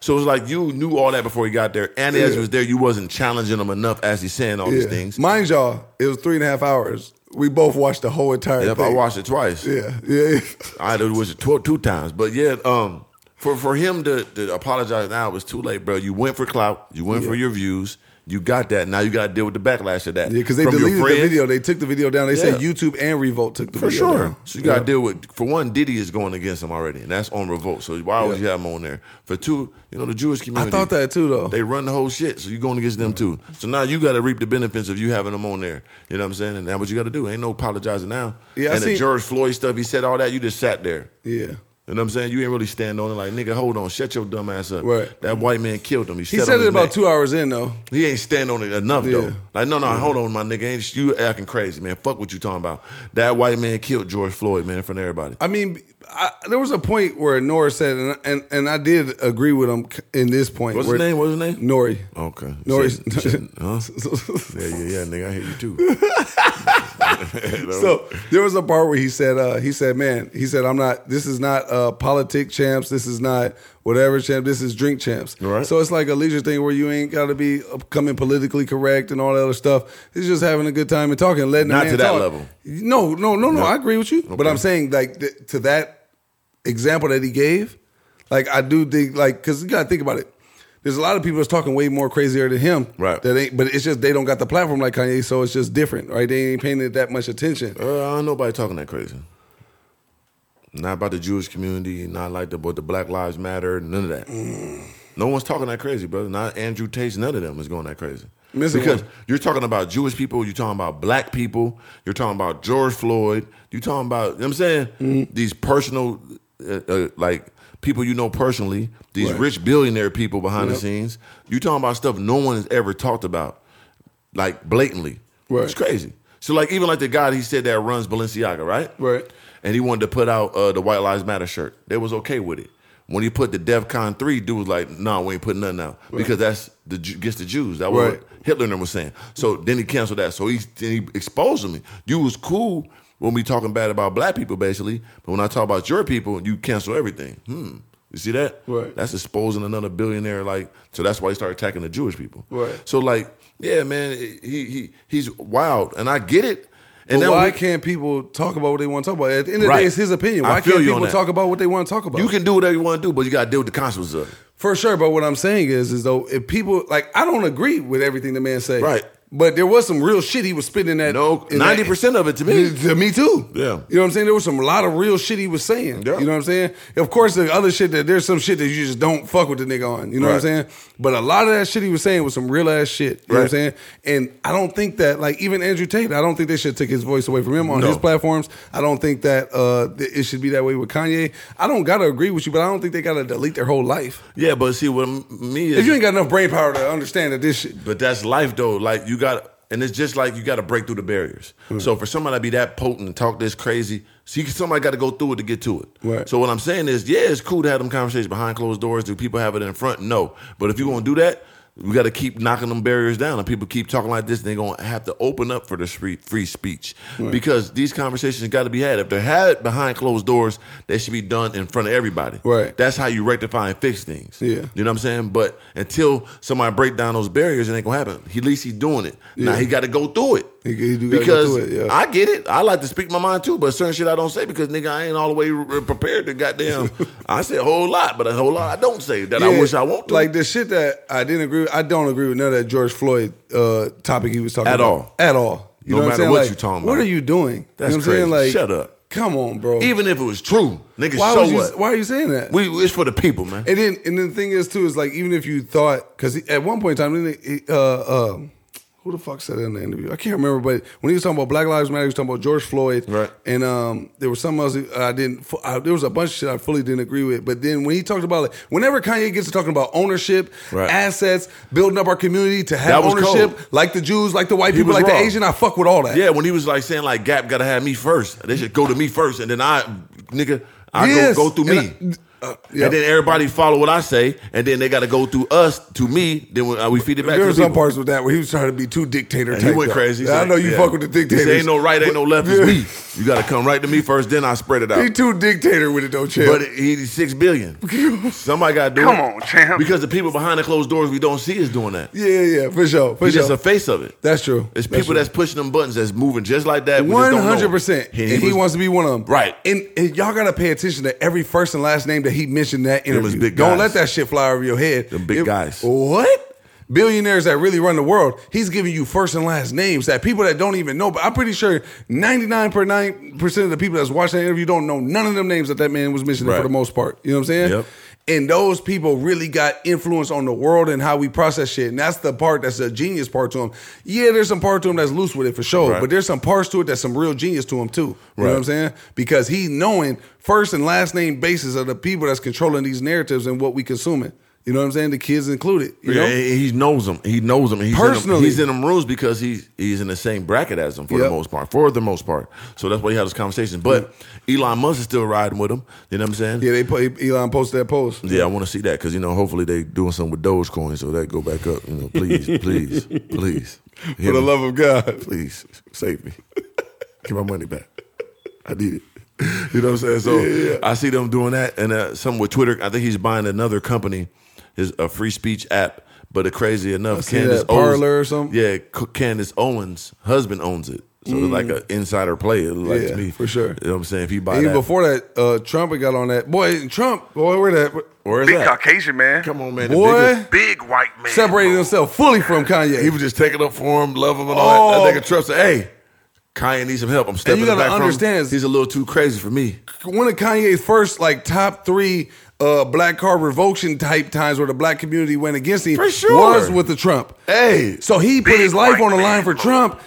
B: So it's like you knew all that before he got there, and as he
A: Yeah.
B: was there, you wasn't challenging him enough as he's saying all these things.
A: Mind y'all, it was three and a half hours. We both watched the whole entire
B: Yep,
A: thing.
B: I watched it twice.
A: Yeah, yeah.
B: I did was it two, two times, but yeah, um, for for him to, to apologize now it was too late, bro. You went for clout, you went for your views, You got that. Now you got to deal with the backlash of that.
A: Yeah, because they
B: From your
A: deleted the
B: friends.
A: video. They took the video down. They said
B: Yeah.
A: YouTube and Revolt took the
B: For
A: video
B: sure.
A: down.
B: So you got to
A: Yeah.
B: deal with, for one, Diddy is going against him already, and that's on revolt. So why would
A: Yeah.
B: you have him on there? For two, you know, the Jewish
A: I
B: community.
A: thought that too, though.
B: They run the whole shit, so you're going against them too. So now you got to reap the benefits of you having them on there. You know what I'm saying? And that's what you got to do. Ain't no apologizing now.
A: Yeah, I
B: and
A: seen-
B: the George Floyd stuff, he said all that, you just sat there.
A: yeah.
B: You know what I'm saying? You ain't really stand on it like, nigga, hold on, shut your dumb ass up.
A: Right.
B: That white man killed him. He,
A: He said it about two hours in, though.
B: He ain't stand on it enough
A: Yeah.
B: though. Like, no, no, hold on, my nigga. Ain't you acting crazy, man. Fuck what you talking about. That white man killed George Floyd, man, in front of everybody.
A: I mean, I, there was a point where Nora said, and, and and I did agree with him in this point.
B: What's
A: where-
B: his name? What's his name?
A: Nori.
B: Okay.
A: Nori's-
B: Shit, shit, huh? Yeah, yeah, yeah, nigga. I hate you too. You know?
A: so there was a part where he said, uh, he said, man, he said, I'm not, this is not uh, politic champs. This is not whatever champ. This is drink champs.
B: Right.
A: So it's like a leisure thing where you ain't got to be coming politically correct and all that other stuff. It's just having a good time and talking, letting a
B: Not
A: man
B: to that
A: talk.
B: level.
A: No, no, no, no. I agree with you. But
B: Okay.
A: I'm saying like th- to that example that he gave, like I do think like, cause you got to think about it. There's a lot of people that's talking way more crazier than him.
B: Right.
A: That ain't, but it's just they don't got the platform like Kanye, so it's just different, right? They ain't paying it that much attention.
B: Uh, I don't know nobody talking that crazy. Not about the Jewish community, not like the about the Black Lives Matter, none of that.
A: Mm.
B: No one's talking that crazy, brother. Not Andrew Tate, none of them is going that crazy.
A: Missing
B: because
A: one.
B: you're talking about Jewish people, you're talking about black people, you're talking about George Floyd, you're talking about, you know what I'm saying?
A: Mm-hmm.
B: These personal, uh, uh, like people you know personally, these
A: Right.
B: rich billionaire people behind the scenes, you're talking about stuff no one has ever talked about like blatantly.
A: Right.
B: It's crazy. So like even like the guy he said that runs Balenciaga, right?
A: Right.
B: And he wanted to put out uh, the White Lives Matter shirt. They was okay with it. When he put the DEFCON three, dude was like, "No, nah, we ain't putting nothing out because that's the Ju- against the Jews." That was
A: Right.
B: what Hitler and them was saying. So then he canceled that. So he then he exposed me. You was cool when we talking bad about black people, basically, but when I talk about your people, you cancel everything. Hmm. You see that?
A: Right.
B: That's exposing another billionaire. Like, so that's why he started attacking the Jewish people.
A: Right.
B: So like, yeah, man, he he he's wild, and I get it. And
A: but
B: then
A: why
B: we-
A: can't people talk about what they want to talk about? At the end of the day,
B: Right.
A: it's his opinion.
B: I
A: Why
B: feel
A: can't
B: you on
A: people
B: that.
A: talk about what they want to talk about?
B: you can do whatever you want to do, but you got to deal with the consequences of it.
A: For sure, but what I'm saying is, is though, if people like, I don't agree with everything the man say,
B: Right.
A: But there was some real shit he was spitting that.
B: No,
A: in that-
B: 90% of it to me.
A: to me too.
B: Yeah.
A: you know what I'm saying. There was some a lot of real shit he was saying.
B: Yeah.
A: You know what I'm saying. Of course, the other shit that there's some shit that you just don't fuck with the nigga on. You know what I'm saying.
B: Right.
A: But a lot of that shit he was saying was some real ass shit. You know what I'm saying.
B: Right.
A: And I don't think that like even Andrew Tate, I don't think they should take his voice away from him on
B: No.
A: his platforms. I don't think that uh th- it should be that way with Kanye. I don't gotta agree with you, but I don't think they gotta delete their whole life.
B: Yeah, but see what m- me is.
A: If you ain't got enough brain power to understand that this shit,
B: But that's life, though. Like you got, and it's just like you got to break through the barriers.
A: Hmm.
B: So for somebody to be that potent and talk this crazy, see, somebody got to go through it to get to it.
A: Right.
B: So what I'm saying is, yeah, it's cool to have them conversations behind closed doors. Do people have it in front? No. But if you're gonna do that. We got to keep knocking them barriers down, and people keep talking like this. They're gonna have to open up for the free, free speech because these conversations got to be had. If they're had behind closed doors, they should be done in front of everybody.
A: Right.
B: That's how you rectify and fix things.
A: Yeah.
B: You know what I'm saying? But until somebody break down those barriers, it ain't gonna happen. He, at least he's doing it. Now
A: Yeah.
B: he got to go through it.
A: He- he do gotta go
B: because
A: through it, yeah.
B: I get it. I like to speak my mind too, but certain shit I don't say because nigga, I ain't all the way re- prepared to goddamn. I say a whole lot, but a whole lot I don't say that I
A: Yeah,
B: wish I won't. To.
A: Like the shit that I didn't agree with, I don't agree with none of that George Floyd uh, topic he was talking
B: At
A: about.
B: all.
A: At all. You know
B: No
A: what I'm
B: matter
A: saying?
B: what
A: Like,
B: you talking
A: What
B: about.
A: are you doing?
B: That's
A: you know what I'm saying?
B: crazy.
A: Like,
B: Shut up.
A: Come on, bro.
B: even if it was true, nigga,
A: why,
B: so
A: was you,
B: what?
A: why are you saying that?
B: we it's for the people, man.
A: and then and then the thing is too is like even if you thought because at one point in time, didn't he, uh, um who the fuck said that in the interview? I can't remember, but when he was talking about Black Lives Matter, he was talking about George Floyd,
B: Right.
A: And um, there was something else I didn't. fu- I, there was a bunch of shit I fully didn't agree with. But then when he talked about like, whenever Kanye gets to talking about ownership,
B: Right.
A: assets, building up our community to have
B: That was
A: ownership,
B: cold.
A: like the Jews, like the white people,
B: was
A: like the
B: wrong.
A: Asian, I fuck with all that.
B: Yeah, when he was like saying like Gap gotta have me first. They should go to me first, and then I, nigga, I
A: Yes.
B: go, go through me.
A: And I- uh, yeah.
B: And then everybody follow what I say, and then they gotta go through us to me. Then we, uh, we feed it back.
A: There
B: to
A: were
B: the
A: some
B: people.
A: parts with that where he was trying to be too dictator.
B: And
A: type,
B: he went
A: though.
B: crazy. He
A: I
B: said,
A: know you
B: yeah.
A: fuck with the
B: He said,
A: dictators.
B: Ain't no right, ain't no left. It's me. You gotta come right to me first, then I spread it out.
A: He too dictator with it though, Chip.
B: But he's six billion. Somebody gotta do
D: Come
B: it.
D: on, champ.
B: Because the people behind the closed doors we don't see is doing that.
A: yeah, yeah, yeah, for sure, for
B: He's
A: sure.
B: just a face of it.
A: that's true.
B: It's people that's pushing them buttons that's moving just like that.
A: one hundred percent, and he,
B: wants.
A: wants to be one of them,
B: Right.
A: And, and y'all gotta pay attention to every first and last name that he mentioned in that interview.
B: was big
A: Don't
B: guys.
A: let that shit fly over your head.
B: Them big
A: It-
B: guys.
A: What? billionaires that really run the world, he's giving you first and last names that people that don't even know. But I'm pretty sure 99.9% of the people that's watching that interview don't know none of them names that that man was mentioning for
B: Right.
A: the most part. You know what I'm saying?
B: Yep.
A: And those people really got influence on the world and how we process shit. And that's the part that's the genius part to them. Yeah, there's some part to him that's loose with it for sure,
B: Right.
A: but there's some parts to it that's some real genius to him too. You know what
B: Right.
A: I'm saying? Because he knowing first and last name basis of the people that's controlling these narratives and what we consuming. You know what I'm saying? The kids included. You know?
B: Yeah, he he knows them. He knows them. He's in
A: Personally.
B: them, he's in them rooms because he's he's in the same bracket as them for
A: Yep.
B: the most part. For the most part, so that's why he had those conversations. But Elon Musk is still riding with him. You know what I'm saying?
A: Yeah, they put Elon posted that post.
B: Yeah, I want to see that because you know, hopefully they doing something with Dogecoin, so that go back up. You know, please, please, please,
A: For the love of God.
B: please save me, get my money back. I need it. You know what I'm saying? So I see them doing that, and uh, something with Twitter. I think he's buying another company, his a free speech app. But uh, crazy enough,
A: see
B: Candace
A: that, Parler or something?
B: Yeah, C- Candace Owens' husband owns it, so it's like an insider play. It like
A: Mm. Yeah,
B: to me
A: for sure.
B: You know what I'm saying? If he buy
A: Even
B: that,
A: before that, uh, Trump had got on that. Boy, and Trump, boy, where that
B: where is
D: Big
B: that?
D: Caucasian man.
B: Come on, man, the biggest-
A: boy
D: Big white man.
A: separated himself fully from Kanye.
B: He was just taking up for him, love him, and all that.
A: Oh.
B: That nigga Trump said, "Hey, Kanye needs some help. I'm stepping
A: you gotta
B: back from him.
A: understand-
B: He's a little too crazy for me."
A: one of Kanye's first like top three uh, black car revulsion type times where the black community went against him
B: For sure.
A: was with the Trump.
B: Hey,
A: So he put
D: Big
A: his life
D: white
A: on the line
D: man.
A: for Trump,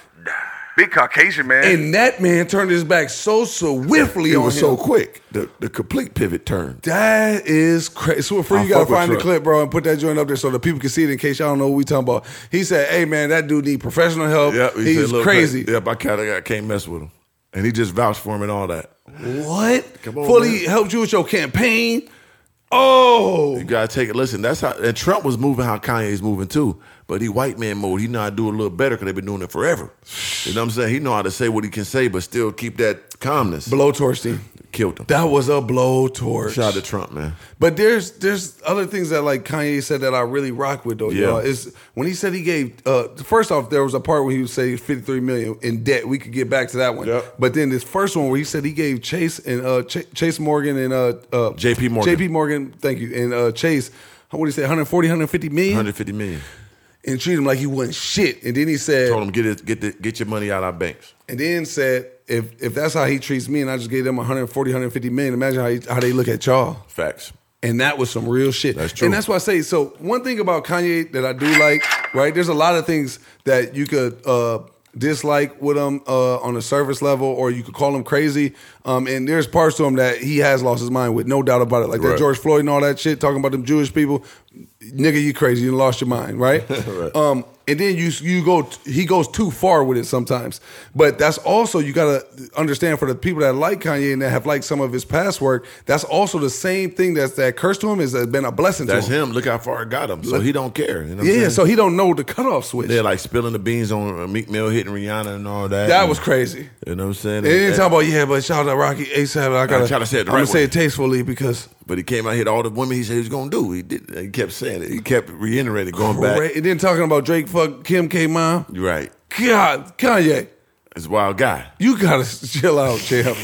D: Big Caucasian man.
A: and that man turned his back so swiftly
B: it
A: on
B: was
A: him.
B: so quick. The the complete pivot turn.
A: That is crazy. So for
B: I
A: you gotta
B: fuck with
A: find the
B: Trump.
A: clip, bro, and put that joint up there so the people can see it in case y'all don't know what we talking about. He said, "Hey man, that dude need professional help.
B: Yep, he said,
A: He's
B: "Look,
A: crazy.
B: Yep, I kind of can't mess with him, and he just vouched for him and all that.
A: What?
B: Come on,
A: Fully
B: man.
A: helped you with your campaign? Oh,
B: You gotta take it. Listen, that's how and Trump was moving how Kanye's moving too. But he white man mode. He know how to do a little better because they've been doing it forever. You know what I'm saying? He know how to say what he can say, but still keep that calmness.
A: blowtorch team.
B: Killed him.
A: That was a blowtorch.
B: Shout out to Trump, man.
A: But there's there's other things that like Kanye said that I really rock with though.
B: Yeah.
A: Yeah, is when he said he gave. Uh, first off, there was a part where he would say 53 million in debt. We could get back to that one.
B: Yep.
A: But then this first one where he said he gave Chase and uh, Ch- Chase Morgan and uh, uh,
B: JP Morgan.
A: JP Morgan, thank you, and uh, Chase. What did he say? 140, 150 million,
B: 150 million.
A: and treat him like he wasn't shit. And then he said,
B: Told him get it, get the, get your money out of our banks.
A: and then said, if if that's how he treats me, and I just gave them 140, 150 million, imagine how he, how they look at y'all.
B: Facts.
A: And that was some real shit.
B: That's true.
A: And that's why I say so. One thing about Kanye that I do like, right? There's a lot of things that you could uh, dislike with him uh, on a surface level, or you could call him crazy. Um, and there's parts to him that he has lost his mind with, no doubt about it. Like that
B: Right.
A: George Floyd and all that shit, talking about them Jewish people. Nigga, you crazy? You lost your mind, right?
B: Right.
A: Um, and then you you go he goes too far with it sometimes. But that's also you gotta understand for the people that like Kanye and that have liked some of his past work. That's also the same thing that's that curse to him is has been a blessing
B: That's
A: to him.
B: him. Look how far it got him. So he don't care. You know what I'm
A: Yeah,
B: saying?
A: so he don't know the cutoff switch.
B: they're like spilling the beans on uh, Meek Mill hitting Rihanna and all that.
A: that
B: And-
A: was crazy.
B: You know what I'm saying?
A: They didn't
B: And-
A: talk about yeah, but shout out Rocky ASAP. I gotta
B: try to say it the
A: I'm
B: right
A: gonna say
B: way.
A: it tastefully because
B: but he came out hit all the women he said he was gonna do. He did. He kept saying it. He kept reiterating going
A: Ray,
B: back.
A: and then talking about Drake fuck Kim K mom.
B: You're right.
A: God, Kanye.
B: It's a wild guy.
A: You gotta chill out, champ.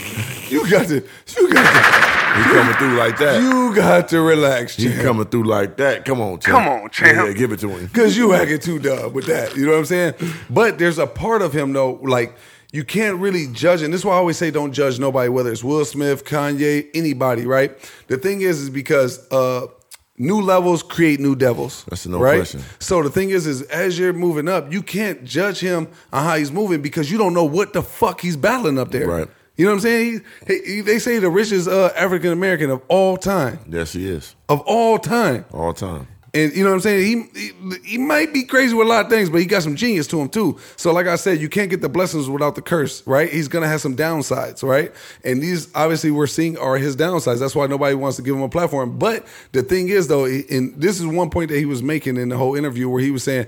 A: You got to, you got
B: He coming through like
A: to,
B: that.
A: you got to relax,
B: He
A: champ.
B: coming through like that. Come on, champ.
D: Come on, champ.
B: Yeah, yeah, give it to him.
A: Cause you acting too dumb with that. You know what I'm saying? But there's a part of him though, like you can't really judge, and this is why I always say don't judge nobody, whether it's Will Smith, Kanye, anybody, right? The thing is, is because uh new levels create new devils.
B: That's a no
A: right?
B: question.
A: So the thing is, is as you're moving up, you can't judge him on how he's moving because you don't know what the fuck he's battling up there.
B: Right.
A: You know what I'm saying? He, he, they say the richest uh, African American of all time,
B: Yes, he is
A: of all time.
B: all time.
A: And you know what I'm saying? He, he he might be crazy with a lot of things, but he got some genius to him too. So like I said, you can't get the blessings without the curse, right? He's gonna have some downsides, right? And these obviously we're seeing are his downsides. That's why nobody wants to give him a platform. But the thing is though, and this is one point that he was making in the whole interview where he was saying,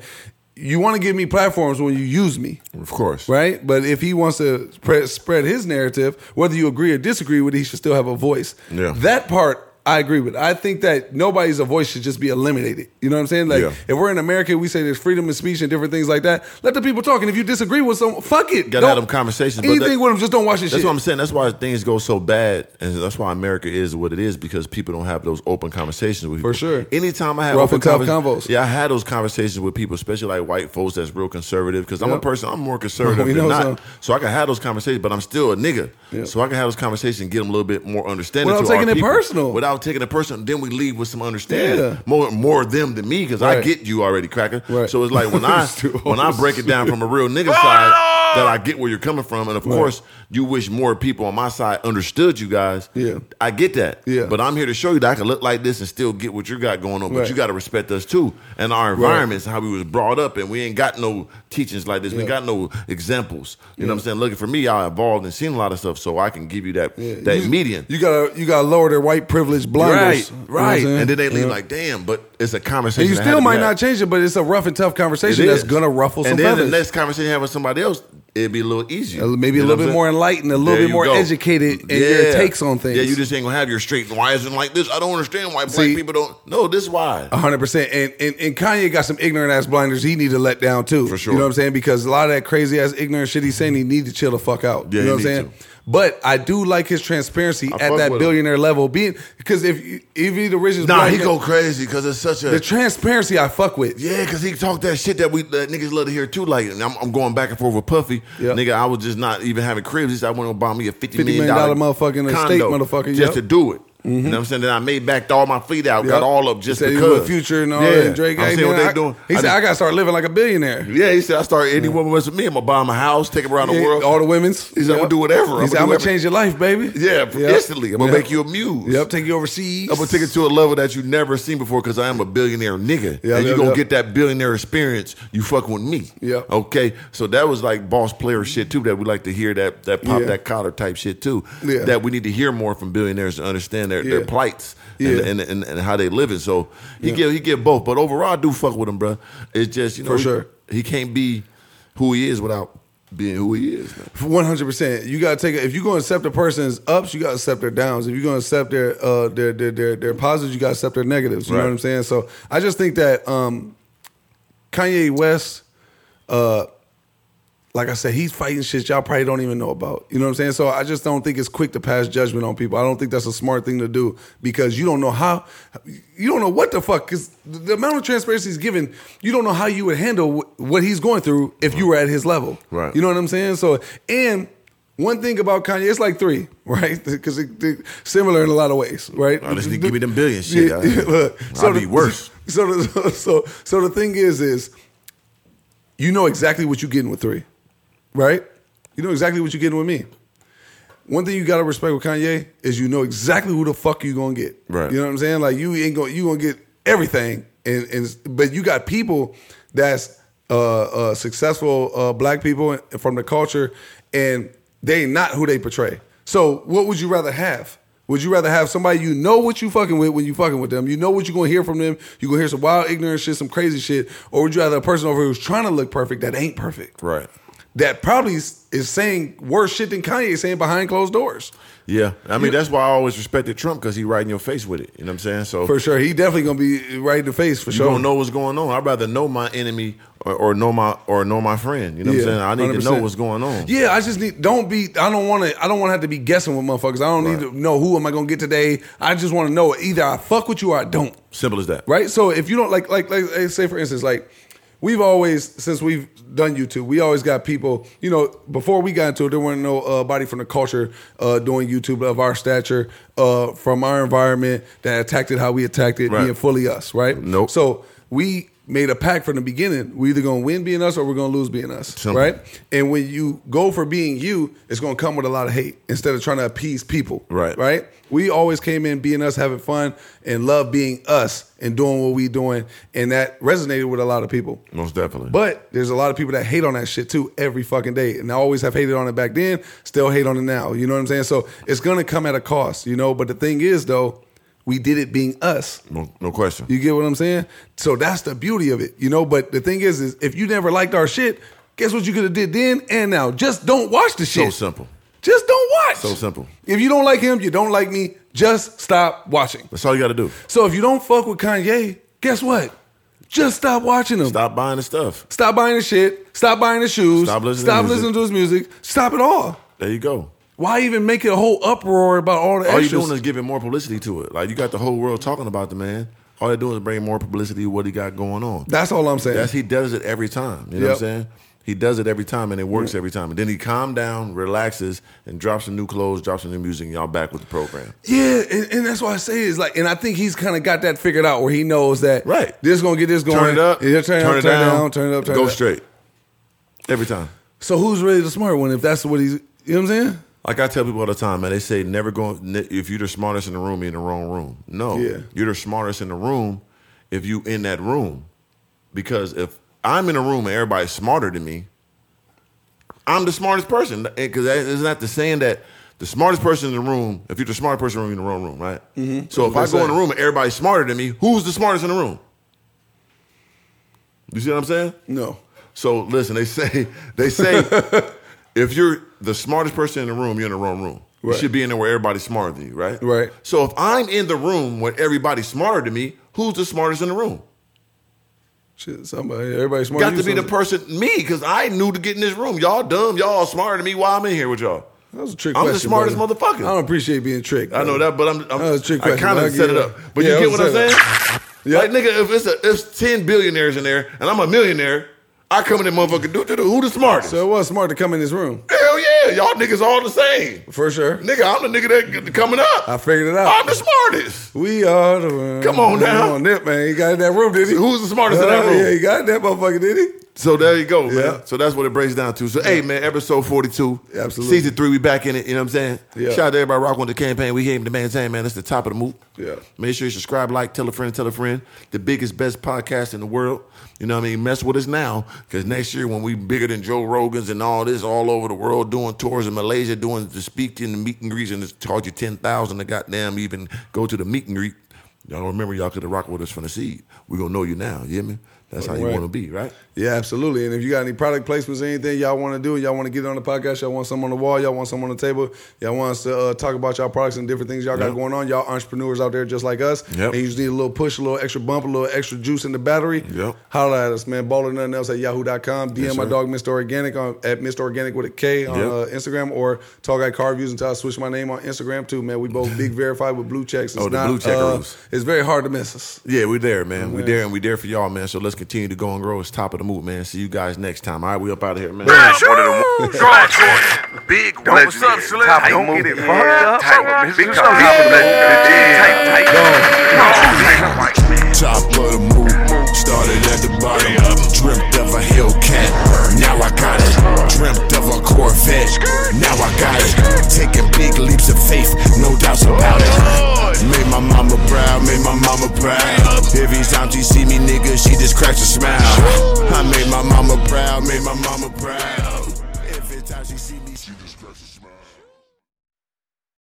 A: "You want to give me platforms when you use me."
B: Of course.
A: right? But if he wants to spread, spread his narrative, whether you agree or disagree with it, he should still have a voice.
B: Yeah.
A: That part I agree with. I think that nobody's a voice should just be eliminated. You know what I'm saying? Like
B: Yeah.
A: if we're in America, we say there's freedom of speech and different things like that. Let the people talk, and if you disagree with someone, fuck it.
B: Gotta have
A: Don't-
B: them conversations, but
A: Anything
B: that-
A: with them, just don't watch this
B: That's
A: shit.
B: what I'm saying. That's why things go so bad, and that's why America is what it is because people don't have those open conversations with people.
A: sure.
B: Anytime I have
A: Rough
B: open
A: and tough
B: conversations,
A: convos.
B: yeah, I had those conversations with people, especially like white folks that's real conservative. Because I'm a
A: Yep.
B: person, I'm more conservative
A: We
B: than
A: know
B: not,
A: so.
B: so I can have those conversations. But I'm still a nigga,
A: Yep.
B: so I can have those conversations and get them a little bit more understanding.
A: Without
B: to our
A: taking it
B: people.
A: personal.
B: without taking it personal, then we leave with some understanding.
A: Yeah.
B: More, more of them than me because I
A: Right.
B: get you already, cracker.
A: Right.
B: So it's like when I
A: It's too
B: when I
A: old.
B: break it down from a real nigga side, that I get where you're coming from, and of course, you wish more people on my side understood you guys.
A: Yeah.
B: I get that.
A: Yeah.
B: but I'm here to show you that I can look like this and still get what you got going on. But
A: Right.
B: you got to respect us too and our environments, how we was brought up, and we ain't got no teachings like this. We
A: Yeah.
B: got no examples. You know what I'm saying? Looking for me, I evolved and seen a lot of stuff, so I can give you that
A: Yeah,
B: that
A: you,
B: median.
A: You gotta you gotta lower their white privilege blinders. You
B: Right,
A: know what I'm
B: right,
A: saying?
B: and then they leave
A: Yeah.
B: like, "Damn!" But it's a
A: And
B: conversation.
A: you
B: that had to
A: still
B: be
A: might
B: had.
A: not change it, but it's a rough and tough conversation
B: It
A: that's
B: is.
A: gonna ruffle some
B: And then
A: feathers.
B: the next conversation you have with somebody else, it'd be a little easier.
A: Uh, maybe a
B: You know
A: little
B: what I'm
A: bit
B: saying?
A: more enlightened, a little
B: There
A: bit
B: you
A: more
B: go.
A: educated in your takes on things.
B: Yeah, you just ain't gonna have your straight. Why isn't it like this? I don't understand why black
A: See- uh,
B: people don't. No, this why.
A: hundred percent. And, and and Kanye got some ignorant ass blinders he need to let down too.
B: For sure.
A: You know what I'm saying? Because a lot of that crazy ass ignorant shit he's saying he need to chill the fuck out.
B: Yeah,
A: you
B: he
A: know what I'm
B: need
A: saying?
B: to.
A: But I do like his transparency
B: I
A: at
B: fuck
A: that
B: with him.
A: billionaire level. Being because if you- if he the richest,
B: Nah,
A: black
B: he
A: man-
B: go crazy because it's such a.
A: the transparency I fuck with.
B: Yeah, because he talked that shit that we that niggas love to hear too. Like, and I'm, I'm going back and forth with Puffy.
A: Yeah.
B: Nigga, I was just not even having cribs. He said, I want to buy me a $50 million,
A: $50 motherfucking estate, motherfucker,
B: Just
A: yep. Mm-hmm.
B: to do it. You know what I'm saying? Then I made back all my fleet out,
A: Yep.
B: got all up just
A: he said he
B: because.
A: with Future and all
B: yeah.
A: that. And Drake,
B: I'm
A: hey,
B: seeing what
A: man,
B: they
A: I-
B: doing.
A: He said,
B: just-
A: "I gotta start living like a billionaire."
B: Yeah, he said, I start any woman with me. I'm gonna buy him a house, take him around the
A: Yeah,
B: world.
A: all the women's.
B: He said, "I'ma do
A: He
B: whatever. I'ma
A: said,
B: do
A: "I'm gonna
B: everything."
A: change your life, baby."
B: yeah,
A: Yep.
B: instantly. I'm gonna
A: Yep.
B: make you a muse.
A: Yep, take you overseas.
B: I'm gonna take it to a level that you never seen before because I am a billionaire nigga,
A: Yeah,
B: and
A: yeah,
B: you gonna
A: yeah.
B: get that billionaire experience. You fuck with me,
A: Yeah.
B: Okay, so that was like boss player shit too that we like to hear that that pop
A: Yeah.
B: that collar type shit too.
A: Yeah.
B: That we need to hear more from billionaires to understand their, their
A: Yeah.
B: plights
A: Yeah.
B: and, and, and and how they living. So he give he give both, but overall I do fuck with him, bro. It's just you know
A: For
B: he-
A: sure.
B: he, can't be who he is without being who he is. Man.
A: One hundred percent. You gotta take it. If you're gonna accept a person's ups, you gotta accept their downs. If you're gonna accept their uh their their their, their positives, you gotta accept their negatives. You
B: Right.
A: know what I'm saying? So I just think that um Kanye West, uh, like I said, he's fighting shit y'all probably don't even know about. You know what I'm saying? So I just don't think it's quick to pass judgment on people. I don't think that's a smart thing to do because you don't know how, you don't know what the fuck. Because the amount of transparency he's given, you don't know how you would handle wh- what he's going through if you were at his level.
B: Right.
A: You know what I'm saying? So and. One thing about Kanye, it's like three, right? Because similar in a lot of ways, right?
B: I just need to give me them billion shit.
A: Yeah,
B: I-
A: yeah, look,
B: I'll be
A: the-
B: worse.
A: So, the, so, so the thing is, is you know exactly what you're getting with three, right? You know exactly what you're getting with me. One thing you gotta respect with Kanye is you know exactly who the fuck you gonna get.
B: Right.
A: You know what I'm saying? Like you ain't gonna you gonna get everything, and and but you got people that's uh, uh, successful uh, black people from the culture, and they ain't not who they portray. So what would you rather have? Would you rather have somebody you know what you fucking with when you fucking with them? You know what you're gonna hear from them. You gonna hear some wild ignorant shit, some crazy shit, or would you rather a person over here who's trying to look perfect that ain't perfect?
B: Right.
A: That probably is, is saying worse shit than Kanye is saying behind closed doors.
B: Yeah, I mean that's why I always respected Trump because he right in your face with it. You know what I'm saying? So
A: For sure. He definitely gonna be right in the face for
B: You
A: sure.
B: don't know what's going on. I'd rather know my enemy or, or know my or know my friend. You know what I'm saying? I need to know
A: 100%.
B: what's going on.
A: Yeah, I just need don't be I don't wanna I don't wanna have to be guessing with motherfuckers. I don't need
B: Right.
A: to know who am I gonna get today. I just wanna know either I fuck with you or I don't.
B: Simple as that.
A: Right? So if you don't like like like like, say for instance, like we've always since we've done YouTube, we always got people, you know, before we got into it, there weren't no uh, body from the culture uh, doing YouTube of our stature, uh, from our environment that attacked it how we attacked it,
B: Right.
A: being fully us, right?
B: Nope.
A: So we made a pact from the beginning. We either gonna win being us or we're gonna lose being us.
B: Simple.
A: Right? And when you go for being you, it's gonna come with a lot of hate instead of trying to appease people.
B: Right.
A: Right? We always came in being us, having fun, and love being us and doing what we doing, and that resonated with a lot of people.
B: Most definitely.
A: But there's a lot of people that hate on that shit too every fucking day, and I always have hated on it back then, still hate on it now. You know what I'm saying? So it's gonna come at a cost, you know. But the thing is, though, we did it being us.
B: no, no question.
A: You get what I'm saying? So that's the beauty of it, you know. But the thing is, is if you never liked our shit, guess what you could have did then and now? Just don't watch the
B: so
A: shit.
B: simple.
A: Just don't watch.
B: So simple.
A: If you don't like him, you don't like me. Just stop watching.
B: That's all you got to do.
A: So if you don't fuck with Kanye, guess what? Just stop watching him. Stop,
B: Stop buying the stuff.
A: buying his shit. Stop buying his shoes.
B: Stop listening to
A: Stop
B: music.
A: listening to his music. Stop it all.
B: There you go.
A: Why even make it a whole uproar about all the
B: All you're
A: extras?
B: doing is giving more publicity to it. Like you got the whole world talking about the man. All they're doing is bringing more publicity to what he got going on.
A: That's all I'm saying.
B: That's he does it every time. You know what I'm
A: Yep.
B: saying? He does it every time and it works every time. And then he calm down, relaxes, and drops some new clothes, drops some new music, and y'all back with the program.
A: Yeah, and, and that's why I say is like, and I think he's kind of got that figured out where he knows that
B: Right.
A: This gonna get this going.
B: Turn it up,
A: yeah, turn, it up, turn it down, turn it up, turn
B: go
A: it up.
B: straight every time.
A: So who's really the smart one if that's what he's? You know what I'm saying?
B: Like I tell people all the time, man, they say never go. If you're the smartest in the room, you're in the wrong room. No,
A: Yeah.
B: you're the smartest in the room if you in that room, because if I'm in a room and everybody's smarter than me, I'm the smartest person. eh, Because it's not the saying that the smartest person in the room. If you're the smartest person in the room, you're in the wrong room, right? So if I
A: That's
B: go in
A: it.
B: the room and everybody's smarter than me, who's the smartest in the room? You see what I'm saying?
A: No.
B: So listen, they say they say if you're the smartest person in the room, you're in the wrong room.
A: Right.
B: You should be in there where everybody's smarter than you, right?
A: Right.
B: So if I'm in the room where everybody's smarter than me, who's the smartest in the room?
A: Shit, somebody, everybody's smart.
B: Got
A: than
B: to
A: you,
B: be the
A: so-
B: person me, because I knew to get in this room. Y'all dumb, y'all smarter than me. Why I'm in here with y'all?
A: That was a trick.
B: I'm the
A: question,
B: smartest
A: brother.
B: motherfucker.
A: I don't appreciate being tricked.
B: I know
A: brother.
B: that, but I'm, I'm
A: That was a trick
B: I
A: question,
B: kind
A: but I
B: of set
A: get
B: it
A: it.
B: up. But
A: Yeah,
B: you
A: I
B: get what I'm
A: was set
B: saying?
A: Yeah.
B: Like nigga, if it's a, it's ten billionaires in there and I'm a millionaire, I come in there motherfucker. Do, do, do, who the smartest?
A: So it was smart to come in this room
B: Hell yeah, y'all niggas all the same.
A: for sure.
B: Nigga, I'm the nigga that coming up.
A: I figured it out.
B: I'm the smartest.
A: We are the
B: Come on now.
A: Come on, that man. He got in that room, did he?
B: Who's the smartest in that
A: Uh,
B: room?
A: Yeah, he got in that motherfucker, did he?
B: So there you go, man.
A: Yeah.
B: So that's what it breaks down to. So hey, man, episode 42,
A: Absolutely.
B: season three, we back in it. You know what I'm saying?
A: Yeah.
B: Shout out to everybody rocking with the campaign. We gave him the man saying, man, that's the top of the move.
A: Yeah.
B: Make sure you subscribe, like, tell a friend, tell a friend. The biggest, best podcast in the world. You know what I mean? Mess with us now, because next year when we bigger than Joe Rogan's and all this all over the world, doing tours in Malaysia, doing the speaking, the meet and greets, and it's charge you ten thousand to goddamn even go to the meet and greet. Y'all don't remember y'all could have rocked with us from the seed. We gonna know you now. You hear me? That's how you
A: Right.
B: want to be, right?
A: Yeah, absolutely. And if you got any product placements, anything y'all want to do, y'all want to get it on the podcast, y'all want something on the wall, y'all want something on the table, y'all want us to uh, talk about y'all products and different things y'all got
B: Yep.
A: going on, y'all entrepreneurs out there just like us,
B: Yep.
A: and you just need a little push, a little extra bump, a little extra juice in the battery,
B: Yep.
A: holla at us, man. Baller nothing else at yahoo.com. DM my
B: sir.
A: dog Mr. Organic on, at Mr. Organic with a K on
B: Yep.
A: uh, Instagram or Tall Guy Car Reviews until I switch my name on Instagram too, man. We both big verified with blue checks. It's
B: Oh, the
A: not, uh,
B: blue checkaroos.
A: it's very hard to miss us.
B: Yeah, we're there, man. We're there and we're there for y'all, man. So let's continue to go and grow. It's top of the move, man. See you guys next time. All right, we up out of here, man.
D: George Jordan. Big what's up, Slim? Type, don't get it fucked up. Type, Mr. Top of the Type, type. Type, type.
C: Top of the move, started at the bottom. Dreamt of a Hellcat, now I got it. Dreamt of a Corvette, now I got it. Taking big leaps of faith, no doubts about it. Made my mama proud, made my mama proud. Every time she see me, nigga, she just cracks a smile. I made my mama proud, made my mama proud.